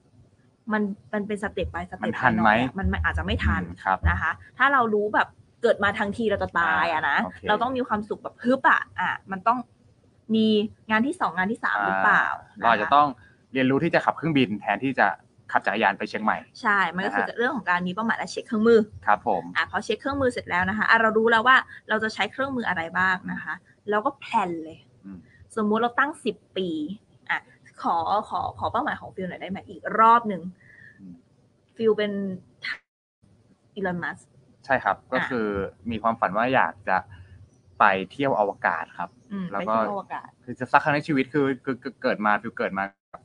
[SPEAKER 1] มันมันเป็นสเต็ปไปสเต็ป
[SPEAKER 2] มันทันไหม
[SPEAKER 1] มันอาจจะไม่ทัน
[SPEAKER 2] ครับ
[SPEAKER 1] นะคะถ้าเรารู้แบบเกิดมาทางทีเราจะตายอะนะ
[SPEAKER 2] อ่าโอเค
[SPEAKER 1] เราต้องมีความสุขแบบฮึบอะอ่ะมันต้องมีงานที่สองงานที่สามหรือเปล่า
[SPEAKER 2] เราอาจจะต้องเรียนรู้ที่จะขับเครื่องบินแทนที่จะขับจักรยานไปเชียงใหม่
[SPEAKER 1] ใช่ มันก็คือ
[SPEAKER 2] นะฮะ
[SPEAKER 1] เรื่องของการมีเป้าหมายและเช็คเครื่องมือ
[SPEAKER 2] ครับผม
[SPEAKER 1] อ่ะพอเช็คเครื่องมือเสร็จแล้วนะคะอ่ะเรารู้แล้วว่าเราจะใช้เครื่องมืออะไรบ้างนะคะเราก็แพลนเลย
[SPEAKER 2] อืม
[SPEAKER 1] สมมุติเราตั้งสิบปีอ่ะขอขอขอเป้าหมายของฟิลหน่อยได้ไหมอีกรอบหนึ่ง
[SPEAKER 2] อืม
[SPEAKER 1] ฟิลเป็นอีลอนมัส
[SPEAKER 2] ใช่ครับก็
[SPEAKER 1] อ่ะ
[SPEAKER 2] คือมีความฝันว่าอยากจะไปเที่ยวอวกาศครับ แล้ว
[SPEAKER 1] ไป
[SPEAKER 2] ก็
[SPEAKER 1] เที่ยวอวกาศ
[SPEAKER 2] คือจะสักครั้งในชีวิตคือคือคือเกิดมาคือเกิดมากับ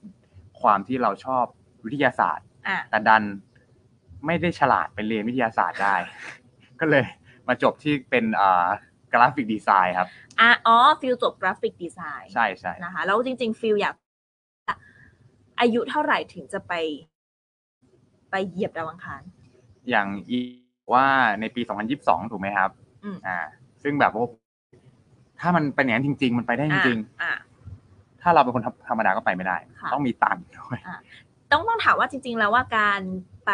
[SPEAKER 2] ความที่เราชอบวิทยาศาสตร์
[SPEAKER 1] อ่ะ
[SPEAKER 2] แต่ดันไม่ได้ฉลาดไปเรียนวิทยาศาสต
[SPEAKER 1] (laughs)
[SPEAKER 2] ร์ได้ ก็เลยมาจบที่เป็นอ่ากราฟิกดีไซน์ครับ
[SPEAKER 1] อ่ะอ๋อฟิลจบกราฟิกดีไซน์
[SPEAKER 2] ใช่ใช่
[SPEAKER 1] นะคะแล้วจริง ๆ ฟิลอยากอายุเท่าไหร่ถึงจะไป ไปเหยียบดาวอังคาร
[SPEAKER 2] อย่างอีว่าในปี 2022 ถูกไหมครับ
[SPEAKER 1] อืม
[SPEAKER 2] อ่า ซึ่งแบบว่าถ้ามันเป็นอย่างนั้นจริง ๆ มันไปได้จริง
[SPEAKER 1] อ่ะ
[SPEAKER 2] ๆ ถ้าเราเป็นคนธรรมดาก็ไปไม่ได้
[SPEAKER 1] ค่ะ
[SPEAKER 2] ต้องมีตังค์ด้วย
[SPEAKER 1] ต้องต้องถามว่าจริง ๆ แล้วว่าการไป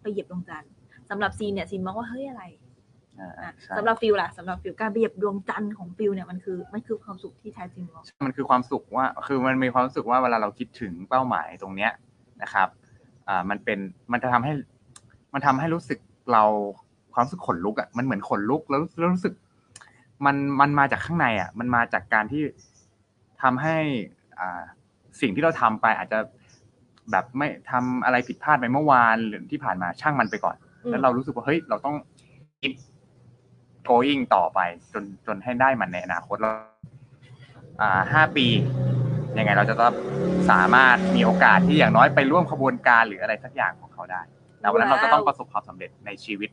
[SPEAKER 1] ไปเหยียบดวงจันทร์สำหรับซีนเนี่ยซีนมองว่าเฮ้ยอะไร
[SPEAKER 2] อ่า
[SPEAKER 1] อ่ะ
[SPEAKER 2] ใช่
[SPEAKER 1] สำหรับฟิลล่ะสำหรับฟิลการไปเหยียบดวงจันทร์ของฟิลเนี่ยมันคือมันคือความสุขที่แท้จริงหรอ
[SPEAKER 2] มันคือความสุขว่า คือมันมีความรู้สึกว่าเวลาเราคิดถึงเป้าหมายตรงเนี้ยนะครับ อ่า มันเป็น มันจะทำให้ มันทำให้รู้สึกเราความรู้สึกขนลุกอ่ะ มันเหมือนขนลุกแล้วแล้วรู้สึก มัน มันมาจากข้างในอ่ะ มันมาจากการที่ทำให้ อ่า สิ่งที่เราทำไปอาจจะแบบไม่ทำอะไรผิดพลาดไปเมื่อวานหรือที่ผ่านมาช่างมันไปก่อน
[SPEAKER 1] อืม
[SPEAKER 2] แล้วเรารู้สึกว่าเฮ้ยเราต้อง keep going ต่อไป จนจนให้ได้มันในอนาคตเราอ่าห้าปียังไงเราจะต้องสามารถมีโอกาสที่อย่างน้อยไปร่วมขบวนการหรืออะไรสักอย่างของเขาได้แต่วันนั้นเราก็ต้องประสบความสำเร็จในชีวิต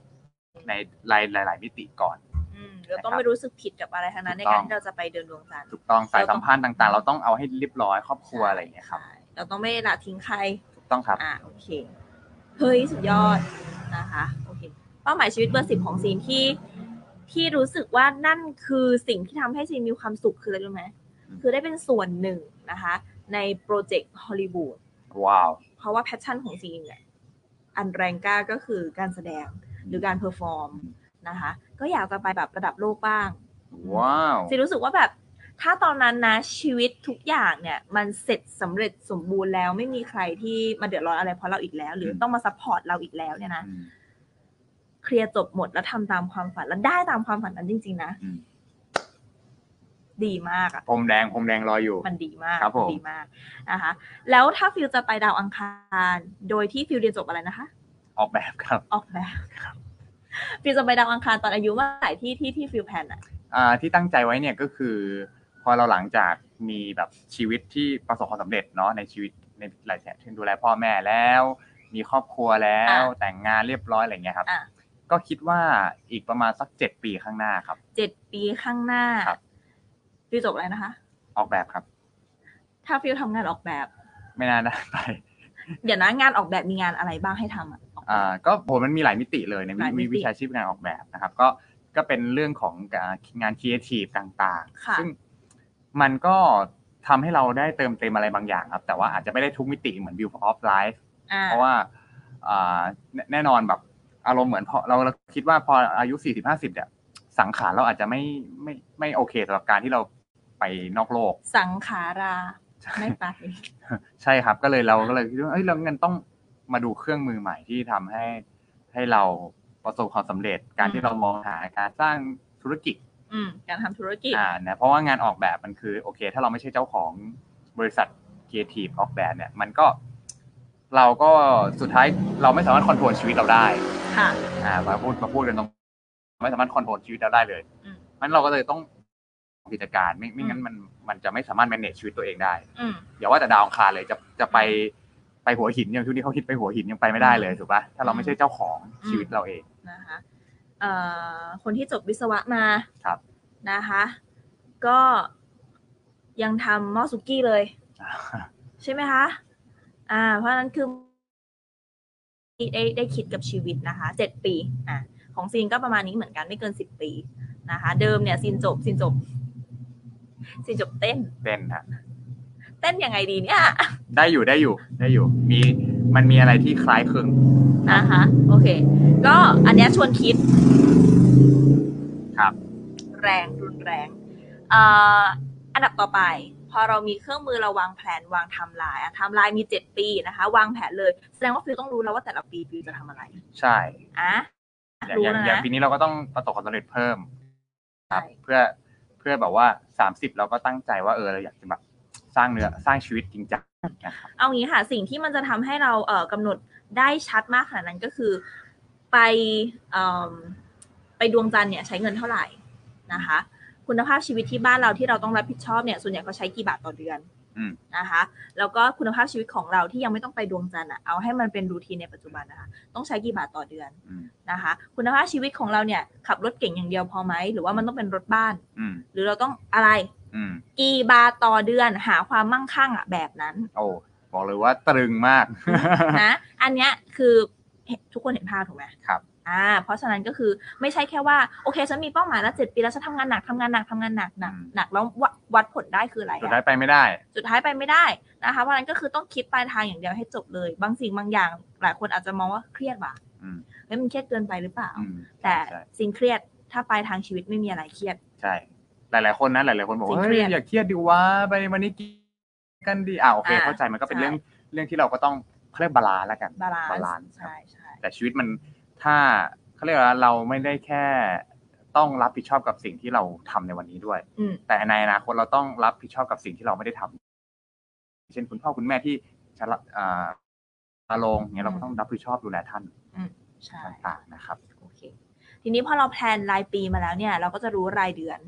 [SPEAKER 2] ในหลายหลายหลายมิติก่อน
[SPEAKER 1] อืมเราต้องไม่รู้สึกผิดกับอะไรทั้งนั้นใน
[SPEAKER 2] ถูกต้อ
[SPEAKER 1] การง ที่เราจะไปเดินดวงจันทร์
[SPEAKER 2] ถูกต้องสายสัมพันธ์ต่าง ๆ เราต้องเอาให้เรียบร้อยครอบครัวอะไรอย่างเงี้ยครับ
[SPEAKER 1] ใช่เราต้องไม่ละทิ้งใคร
[SPEAKER 2] ถูกต้องครับ
[SPEAKER 1] อ่าโอเค เฮ้ย สุดยอดนะคะโอเคเป้าหมายชีวิตเบอร์สิบของซีนที่ที่รู้สึกว่านั่นคือสิ่งที่ทำให้ซีนมีความสุขคืออะไรรู้ไหม
[SPEAKER 2] อืม
[SPEAKER 1] คือได้เป็นส่วนหนึ่งนะคะ ในโปรเจกต์ฮอลลีวูด
[SPEAKER 2] ว้าว
[SPEAKER 1] เพราะว่าแพชชั่นของซีนเนี่ยอันแรงกล้าก็คือการแสดงหรือการเพอร์ฟอร์มนะคะ ก็อยากจะไปแบบระดับโลกบ้าง
[SPEAKER 2] ว้าว
[SPEAKER 1] ซีรู้สึกว่าแบบถ้าตอนนั้นนะชีวิตทุกอย่างเนี่ย มันเสร็จสำเร็จสมบูรณ์แล้วไม่มีใครที่มาเดือดร้อนอะไรเพราะเราอีกแล้ว หรือต้องมาซัพพอร์ตเราอีกแล้วเนี่ยนะ
[SPEAKER 2] อืม
[SPEAKER 1] เคลียร์จบหมดแล้วทำตามความฝันแล้วได้ตามความฝันนั้นจริง ๆ นะ
[SPEAKER 2] อืม
[SPEAKER 1] ดีมากอ่ะ
[SPEAKER 2] พรมแดงพรมแดงรออยู่
[SPEAKER 1] มันดีมาก
[SPEAKER 2] ครับผม
[SPEAKER 1] ดีมากนะคะแล้วถ้าฟิลจะไปดาวอังคาร โดยที่ฟิลเรียนจบอะไรนะคะ
[SPEAKER 2] ออกแบบครับ
[SPEAKER 1] ออกแบบฟิลจะไปดาวอังคารตอนอายุเมื่อไหร่ที่ที่ที่ฟิลแพลนอ่ะ
[SPEAKER 2] อ่าที่ตั้งใจไว้เนี่ยก็คือ พอเราหลังจากมีแบบชีวิตที่ประสบความสำเร็จเนาะในชีวิตในหลายแฉะเช่นดูแลพ่อแม่แล้ว มีครอบครัวแล้ว
[SPEAKER 1] อ่ะ
[SPEAKER 2] แต่งงานเรียบร้อยอะไรเงี้ยครับ
[SPEAKER 1] อ่ะ
[SPEAKER 2] ก็คิดว่าอีกประมาณสักเจ็ดปีข้างหน้าครับ
[SPEAKER 1] เจ็ดปีข้างหน้า
[SPEAKER 2] ครับ
[SPEAKER 1] ฟิลจบอะไรนะคะ
[SPEAKER 2] ออกแบบครับ
[SPEAKER 1] ถ้าฟิลทำงานออกแบบ
[SPEAKER 2] ไม่น่าได้ไป
[SPEAKER 1] เดี๋ยวนะงานออกแบบมีงานอะไรบ้างให้ทำอ่ะออกแบบ
[SPEAKER 2] อ่าก็ผมมันมีหลายมิติเลยในวิ
[SPEAKER 1] หลายมิติ
[SPEAKER 2] วิวิชาชีพงานออกแบบนะครับ ก็ก็เป็นเรื่องของอ่างานครีเอทีฟต่าง
[SPEAKER 1] ค่ะ
[SPEAKER 2] ๆ ซึ่งมันก็ทำให้เราได้เติมเต็มอะไรบางอย่างครับ แต่ว่าอาจจะไม่ได้ทุกมิติเหมือน view of life
[SPEAKER 1] อ่า
[SPEAKER 2] เพราะว่าอ่าแน่แน่นอนแบบอารมณ์เหมือนพอเราเราคิดว่าพออายุสี่สิบห้าสิบเนี่ยสังขารเราอาจจะไม่ไม่ไม่โอเคสำหรับการที่เราไปนอกโลก
[SPEAKER 1] สังขารา
[SPEAKER 2] ใช่
[SPEAKER 1] ไม่ไป (laughs)
[SPEAKER 2] ใช่ครับ ก็เลยเราก็เลยคิดว่าเอ้ยเราเงินต้องมาดูเครื่องมือใหม่ที่ทำให้ให้เราประสบความสำเร็จ การที่
[SPEAKER 1] อืม
[SPEAKER 2] เรามองหาการสร้างธุรกิจ
[SPEAKER 1] อืมการทำธุรกิจ
[SPEAKER 2] อ่านะเพราะว่างานออกแบบมันคือโอเค ถ้าเราไม่ใช่เจ้าของบริษัทครีเอทีฟออกแบบเนี่ย มันก็เราก็สุดท้ายเราไม่สามารถคอนโทรลชีวิตเราได้
[SPEAKER 1] ค่ะ
[SPEAKER 2] อ่ามาพูดมาพูดกันตรงไม่สามารถคอนโทรลชีวิตเราได้เลย
[SPEAKER 1] อืม
[SPEAKER 2] มันเราก็เลยต้อง กิจการ ไม่ไม่งั้นมันมันจะไม่สามารถ manage ชีวิตตัวเองได้
[SPEAKER 1] อืม
[SPEAKER 2] อย่าว่าแต่ดาวอังคารเลยจะจะไปไปหัวหินอย่างทุกนี้เขาคิดไปหัวหินยังไปไม่ได้เลยถูกปะถ้าเราไม่ใช่เจ้าของชีวิตเราเอง
[SPEAKER 1] นะคะเอ่อคนที่จบวิศวะมา
[SPEAKER 2] ครับ
[SPEAKER 1] นะคะ ก็ยังทำหม้อสุกี้เลย ใช่ไหมคะ อ่า เพราะฉะนั้นคือได้ได้คิดกับชีวิตนะคะ เจ็ดปี อ่าของซีนก็ประมาณนี้เหมือนกันไม่เกินสิบปีนะคะ เดิมเนี่ยซีนจบซีนจบซีนจบเต้น
[SPEAKER 2] (laughs) เป็นฮะ
[SPEAKER 1] เต้นยังไงดีเนี่ย
[SPEAKER 2] ได้อยู่ได้อยู่ได้อยู่ มีมันมีอะไรที่คล้ายคลึง
[SPEAKER 1] นะคะโอเค ก็อันเนี้ยชวนคิด
[SPEAKER 2] ครับ
[SPEAKER 1] แรงรุนแรงเอ่ออันดับต่อไป พอเรามีเครื่องมือเราวางแผนวางไทม์ไลน์อะไทม์ไลน์มี 7 ปีนะคะ วางแผนเลย แสดงว่าฟิวต้องรู้แล้วว่าแต่ละปีฟิวจะทำอะไร
[SPEAKER 2] ใช่
[SPEAKER 1] อ่ะ
[SPEAKER 2] อย่าง
[SPEAKER 1] รู้
[SPEAKER 2] อย่าง
[SPEAKER 1] แล้ว
[SPEAKER 2] อย่าง
[SPEAKER 1] นะ
[SPEAKER 2] ปีนี้เราก็ต้องประสบความสำเร็จเพิ่ม ครับ
[SPEAKER 1] ใช่
[SPEAKER 2] เพื่อเพื่อแบบว่าสามสิบเราก็ตั้งใจว่าเออเราอยากจะแบบสร้างเนื้อสร้างชีวิตจริงจังนะครับ
[SPEAKER 1] เอางี้ค่ะ สิ่งที่มันจะทำให้เราเอ่อกำหนดได้ชัดมากขนาดนั้นก็คือ ไปเอิ่มไปดวงจันทร์เนี่ยใช้เงินเท่าไหร่นะคะ คุณภาพชีวิตที่บ้านเราที่เราต้องรับผิดชอบเนี่ยส่วนใหญ่เขาใช้กี่บาทต่อเดือน
[SPEAKER 2] อืม
[SPEAKER 1] นะคะแล้วก็คุณภาพชีวิตของเราที่ยังไม่ต้องไปดวงจันทร์อะเอาให้มันเป็นรูทีนในปัจจุบันนะคะต้องใช้กี่บาทต่อเดือน
[SPEAKER 2] อืม
[SPEAKER 1] นะคะ คุณภาพชีวิตของเราเนี่ยขับรถเก่งอย่างเดียวพอไหมหรือว่ามันต้องเป็นรถบ้าน
[SPEAKER 2] อืม
[SPEAKER 1] หรือเราต้องอะไร
[SPEAKER 2] อืม
[SPEAKER 1] กี่บาทต่อเดือนหาความมั่งคั่งอะแบบนั้น
[SPEAKER 2] โอ้บอกเลยว่าตรึง
[SPEAKER 1] (laughs)
[SPEAKER 2] มาก
[SPEAKER 1] นะอันเนี้ยคือเห็นทุกคนเห็นภาพถูกไหม
[SPEAKER 2] ครับ
[SPEAKER 1] อ่า เพราะฉะนั้นก็คือไม่ใช่แค่ว่า โอเคฉันมีเป้าหมายแล้วเจ็ดปีแล้วฉันทำงานหนักทำงานหนักทำงานหนักหนักหนักแล้ววัดวัดผลได้คืออะไร
[SPEAKER 2] สุด
[SPEAKER 1] อะ
[SPEAKER 2] ท้ายไปไม่ได้
[SPEAKER 1] สุดท้ายไปไม่ได้นะคะเพราะฉะนั้นก็คือต้องคิดปลายทางอย่างเดียวให้จบเลย บางสิ่งบางอย่าง หลายคนอาจจะมองว่าเครียดว่ะ
[SPEAKER 2] อืม
[SPEAKER 1] เฮ้ยมันเครียดเกินไปหรือเปล่า
[SPEAKER 2] อืม
[SPEAKER 1] แต่
[SPEAKER 2] ใช่
[SPEAKER 1] สิ่งเครียดถ้าปลายทางชีวิตไม่มีอะไรเครียด
[SPEAKER 2] ใช่ หลาย ๆ คนนะหลาย ๆ คนบอกว่า
[SPEAKER 1] จริ
[SPEAKER 2] เฮ้
[SPEAKER 1] งเค
[SPEAKER 2] ย
[SPEAKER 1] รียด
[SPEAKER 2] อย่าเครียดดิว่าไปวันนี้กินกันดีอ่าโอเค
[SPEAKER 1] อ่า
[SPEAKER 2] เข้าใจมันก็เป็น
[SPEAKER 1] ใช่
[SPEAKER 2] เรื่องเรื่องที่เราก็ต้องเขาเรียกบาลานซ์แล้วกัน
[SPEAKER 1] บาลานซ์
[SPEAKER 2] balance ครับ
[SPEAKER 1] ใช่ใช่
[SPEAKER 2] แต่ชีวิตมันถ้าเขาเรียกว่าเราไม่ได้แค่ต้องรับผิดชอบกับสิ่งที่เราทำในวันนี้ด้วย
[SPEAKER 1] อืม
[SPEAKER 2] แต่ในอนาคตเราต้องรับผิดชอบกับสิ่งที่เราไม่ได้ทำเช่นคุณพ่อคุณแม่ที่ชะละอ่าชะลงเนี่ยเราก็ต้องรับผิดชอบดูแลท่าน
[SPEAKER 1] ใช่
[SPEAKER 2] ต่างๆนะครับ
[SPEAKER 1] โอเค ทีนี้พอเราแพลนรายปีมาแล้วเนี่ย เราก็จะรู้รายเดือน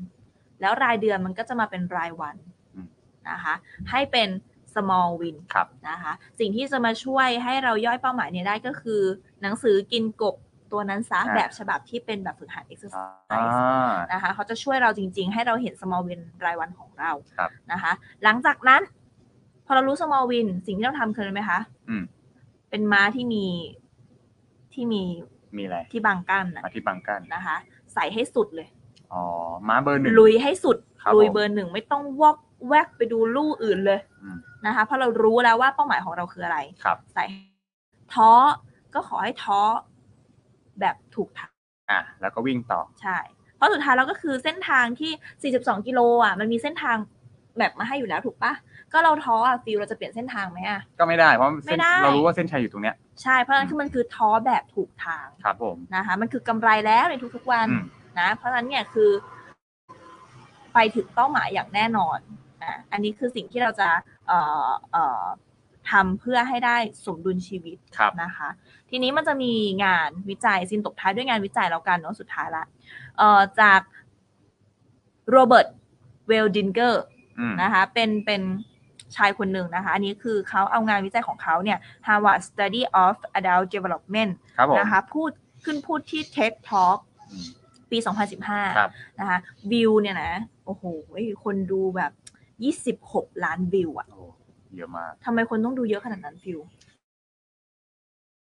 [SPEAKER 1] แล้วรายเดือนมันก็จะมาเป็นรายวัน
[SPEAKER 2] อืม
[SPEAKER 1] นะคะ ให้เป็น small win
[SPEAKER 2] ครับ
[SPEAKER 1] นะคะ สิ่งที่จะมาช่วยให้เราย่อยเป้าหมายเนี่ยได้ก็คือ หนังสือกินกบตัวนั้นซะแบบฉบับที่เป็นแบบฝึกหัด exercise
[SPEAKER 2] อ่า
[SPEAKER 1] นะคะเขาจะช่วยเราจริง ๆ ให้เราเห็น small win รายวันของเรา
[SPEAKER 2] ครับ
[SPEAKER 1] นะคะ หลังจากนั้น พอเรารู้ small win สิ่งที่เราทำคืออะไรไหมคะ
[SPEAKER 2] อืม
[SPEAKER 1] เป็นม้าที่มีที่มี
[SPEAKER 2] มีอะไร
[SPEAKER 1] ที่บางกั้นน่ะ
[SPEAKER 2] มาที่บางกัน
[SPEAKER 1] นะคะใส่ให้สุดเลย
[SPEAKER 2] อ๋อม้าเบอร์หนึ่ง
[SPEAKER 1] ลุยให้สุด
[SPEAKER 2] ครับ
[SPEAKER 1] ลุย
[SPEAKER 2] ผม
[SPEAKER 1] เบอร์หนึ่งไม่ต้องวอกแวกไปดูลู่อื่นเลย
[SPEAKER 2] อืม
[SPEAKER 1] นะคะ เพราะเรารู้แล้วว่าเป้าหมายของเราคืออะไร
[SPEAKER 2] ครับ
[SPEAKER 1] ใส่ท้อก็ขอให้ท้อแบบถูกทาง
[SPEAKER 2] อ่ะแล้วก็วิ่งต่อ
[SPEAKER 1] ใช่ เพราะสุดท้ายเราก็คือเส้นทางที่ 42 กิโลอ่ะ มันมีเส้นทางแบบมาให้อยู่แล้วถูกปะก็เราท้ออ่ะฟิลเราจะเปลี่ยนเส้นทางไหมอ่ะ
[SPEAKER 2] ก็ไม่ได้เพราะเส้น
[SPEAKER 1] ไม่ได้
[SPEAKER 2] เรารู้ว่าเส้นชัยอยู่ตรงเนี้ย
[SPEAKER 1] ใช่ เพราะฉะนั้นคือมันคือท้อแบบถูกทาง
[SPEAKER 2] ครับผม
[SPEAKER 1] นะคะ มันคือกำไรแล้วในทุกๆวัน
[SPEAKER 2] อืม
[SPEAKER 1] นะ เพราะฉะนั้นเนี่ยคือไปถึงเป้าหมายอย่างแน่นอนอ่ะอันนี้คือสิ่งที่เราจะเอ่อเอ่อทำเพื่อให้ได้สมดุลชีวิต
[SPEAKER 2] ครับ
[SPEAKER 1] นะคะ ทีนี้มันจะมีงานวิจัยสิ้นตกท้ายด้วยงานวิจัยแล้วกันเนาะสุดท้ายละเอ่อจากโรเบิร์ตเวลดินเกอร์
[SPEAKER 2] อืม
[SPEAKER 1] นะคะเป็นเป็นชายคนหนึ่งนะคะ อันนี้คือเขาเอางานวิจัยของเขาเนี่ย Harvard Study of Adult Development
[SPEAKER 2] ครับผม
[SPEAKER 1] นะคะพูดขึ้นพูดที่ TED Talk
[SPEAKER 2] อืม
[SPEAKER 1] ปี 2015
[SPEAKER 2] ครับ
[SPEAKER 1] นะคะวิวเนี่ยนะโอ้โหคนดูแบบ 26 ล้านวิวอะ
[SPEAKER 2] โอ้เยอะมาก
[SPEAKER 1] ทำไมคนต้องดูเยอะขนาดนั้นฟิว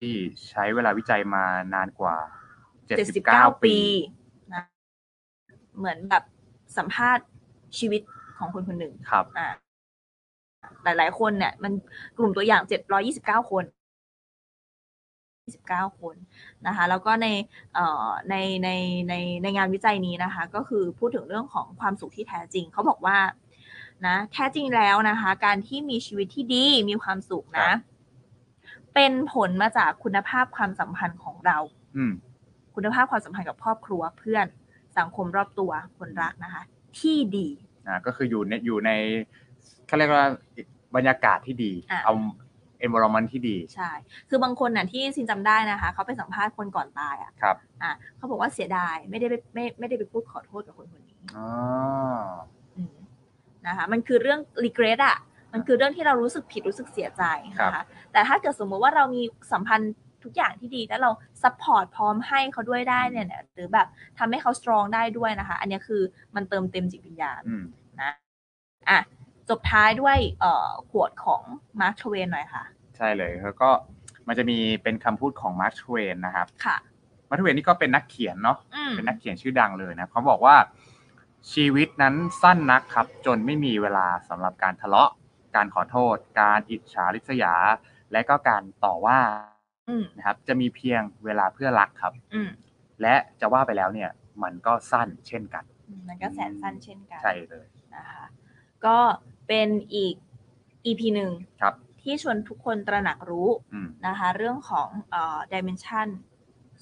[SPEAKER 2] ที่ใช้เวลาวิจัยมานานกว่า 79
[SPEAKER 1] 79
[SPEAKER 2] ปี
[SPEAKER 1] ปีนะเหมือนแบบสัมภาษณ์ชีวิตของคนคนหนึ่ง
[SPEAKER 2] ครับ
[SPEAKER 1] อ่ะหลาย ๆ คนเนี่ย มันกลุ่มตัวอย่าง 729 คน 29 คนนะคะ แล้วก็ในเอ่อในในในในงานวิจัยนี้นะคะ ก็คือพูดถึงเรื่องของความสุขที่แท้จริง เขาบอกว่านะแท้จริงแล้วนะคะ การที่มีชีวิตที่ดีมีความสุข
[SPEAKER 2] ครั
[SPEAKER 1] นะ
[SPEAKER 2] บ
[SPEAKER 1] เป็นผลมาจากคุณภาพความสัมพันธ์ของเรา
[SPEAKER 2] อืม
[SPEAKER 1] คุณภาพความสัมพันธ์กับครอบครัวเพื่อนสังคมรอบตัวคนรักนะคะ ที่ดี
[SPEAKER 2] อ่าก็คืออยู่ในอยู่ในเขาเรียกว่าบรรยากาศที่ดี
[SPEAKER 1] อ่ะ
[SPEAKER 2] เอา environment ที่ดี
[SPEAKER 1] ใช่ คือบางคนน่ะที่ซินจำได้นะคะ เขาไปสัมภาษณ์คนก่อนตายอ่ะ
[SPEAKER 2] ครับ
[SPEAKER 1] อ่ะเขาบอกว่าเสียดายไม่ได้ไปไม่ไม่ได้ไปพูดขอโทษกับคนคนนี้
[SPEAKER 2] อ๋อ
[SPEAKER 1] นะคะ มันคือเรื่อง regret อะมันคือเรื่องที่เรารู้สึกผิดรู้สึกเสียใจนะ
[SPEAKER 2] ครั
[SPEAKER 1] คะ
[SPEAKER 2] บ
[SPEAKER 1] แต่ถ้าเกิดสมมุติว่าเรามีสัมพันธ์ทุกอย่างที่ดีแล้วเราซัพพอร์ตพร้อมให้เขาด้วยได้เนี่ยเนี่ยหรือแบบทำให้เขาสตรองได้ด้วยนะคะ อันเนี้ยคือมันเติมเต็มจิตวิญญาณ
[SPEAKER 2] อืม
[SPEAKER 1] นะอ่ะจบท้ายด้วยเอ่อขวดของมาร์คทเวนหน่อยค่ะ
[SPEAKER 2] ใช่เลยแล้วก็มันจะมีเป็นคำพูดของมาร์ w เวนนะครับ
[SPEAKER 1] ค่ะ
[SPEAKER 2] มาร์ w เวนนี่ก็เป็นนักเขียนเนาะ
[SPEAKER 1] อืม
[SPEAKER 2] เป็นนักเขียนชื่อดังเลยนะเขาบอกว่าชีวิตนั้นสั้นนักครับ จนไม่มีเวลาสำหรับการทะเลาะ การขอโทษ การอิจฉาริษยา และก็การต่อว่า
[SPEAKER 1] อืม
[SPEAKER 2] นะครับ จะมีเพียงเวลาเพื่อรักครับ
[SPEAKER 1] อืม
[SPEAKER 2] และจะว่าไปแล้วเนี่ย มันก็สั้นเช่นกัน
[SPEAKER 1] มันก็แสนสั้นเช่นกัน
[SPEAKER 2] ใช่เลย
[SPEAKER 1] นะคะ ก็เป็นอีก EP หนึ่ง
[SPEAKER 2] ครับ
[SPEAKER 1] ที่ชวนทุกคนตระหนักรู้
[SPEAKER 2] อืม
[SPEAKER 1] นะคะ เรื่องของเอ่อดิเมนชัน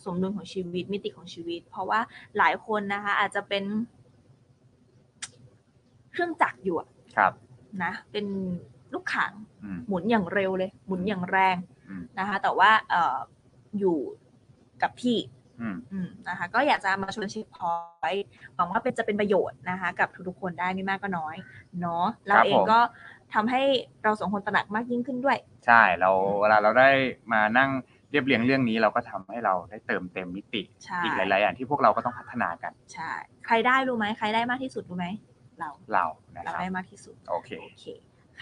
[SPEAKER 1] สมดุลของชีวิตมิติของชีวิต เพราะว่าหลายคนนะคะ อาจจะเป็น เครื่องจักรอยู่อะ
[SPEAKER 2] ครับ
[SPEAKER 1] นะ เป็นลูกขัง
[SPEAKER 2] อืม
[SPEAKER 1] หมุนอย่างเร็วเลย หมุนอย่างแรง
[SPEAKER 2] อืม
[SPEAKER 1] นะคะแต่ว่าเอออยู่กับที่
[SPEAKER 2] อืม
[SPEAKER 1] อืมนะคะก็อยากจะมาชวนเชิญพอยต์หวังว่าเป็นจะเป็นประโยชน์นะคะ กับทุกๆคนได้ไม่มากก็น้อยเนาะเราเอง
[SPEAKER 2] ผม
[SPEAKER 1] ก็ทำให้เราสองคนตระหนักมากยิ่งขึ้นด้วย
[SPEAKER 2] ใช่เราเวลาเราได้มานั่งเรียบเรียงเรื่องนี้เราก็ทำให้เราได้เติมเต็มมิติ
[SPEAKER 1] ใช่
[SPEAKER 2] อีกหลาย ๆ อย่างที่พวกเราก็ต้องพัฒนากัน
[SPEAKER 1] ใช่ใครได้รู้ไหมใครได้มากที่สุดรู้ไหมเรา
[SPEAKER 2] เรานะค
[SPEAKER 1] เรา
[SPEAKER 2] รับ
[SPEAKER 1] ได้มากที่สุด
[SPEAKER 2] โอเค
[SPEAKER 1] โอเค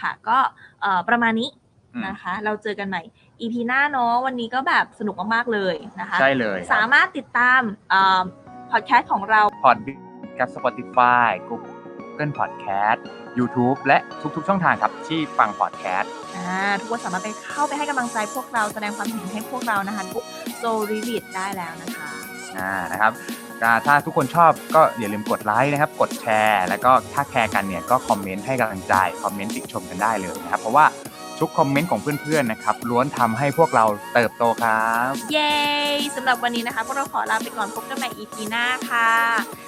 [SPEAKER 1] ค่ะ ก็เอ่อประมาณนี้
[SPEAKER 2] อืม
[SPEAKER 1] นะคะ เราเจอกันใหม่ EP หน้าเนาะวันนี้ก็แบบสนุกมากๆเลยนะคะ
[SPEAKER 2] ใช่เลย
[SPEAKER 1] สามารถติดตามพอดแคสต์ของเรา
[SPEAKER 2] พอดกับ Spotify Google Podcast YouTube และทุก ๆ ช่องทางครับที่ฟังพอดแคสต์
[SPEAKER 1] อ่าทุกคนสามารถไปเข้าไปให้กำลังใจพวกเราแสดงความเห็นให้พวกเรานะคะทุกโซลิวิตได้แล้วนะคะ
[SPEAKER 2] อ่านะครับอ่าถ้าทุกคนชอบก็อย่าลืมกดไลค์นะครับ กดแชร์ แล้วก็ถ้าแคร์กันเนี่ยก็คอมเมนต์ให้กำลังใจคอมเมนต์ติชมกันได้เลยนะครับ เพราะว่าทุกคอมเมนต์ของเพื่อน ๆ นะครับล้วนทำให้พวกเราเติบโตครับ
[SPEAKER 1] เย้สำหรับวันนี้นะคะพวกเราขอลาไปก่อนพบกันใหม่ EP หน้าค่ะ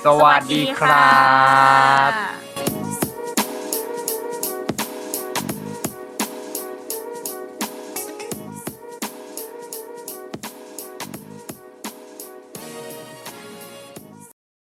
[SPEAKER 2] สวัสดีครับ
[SPEAKER 1] บ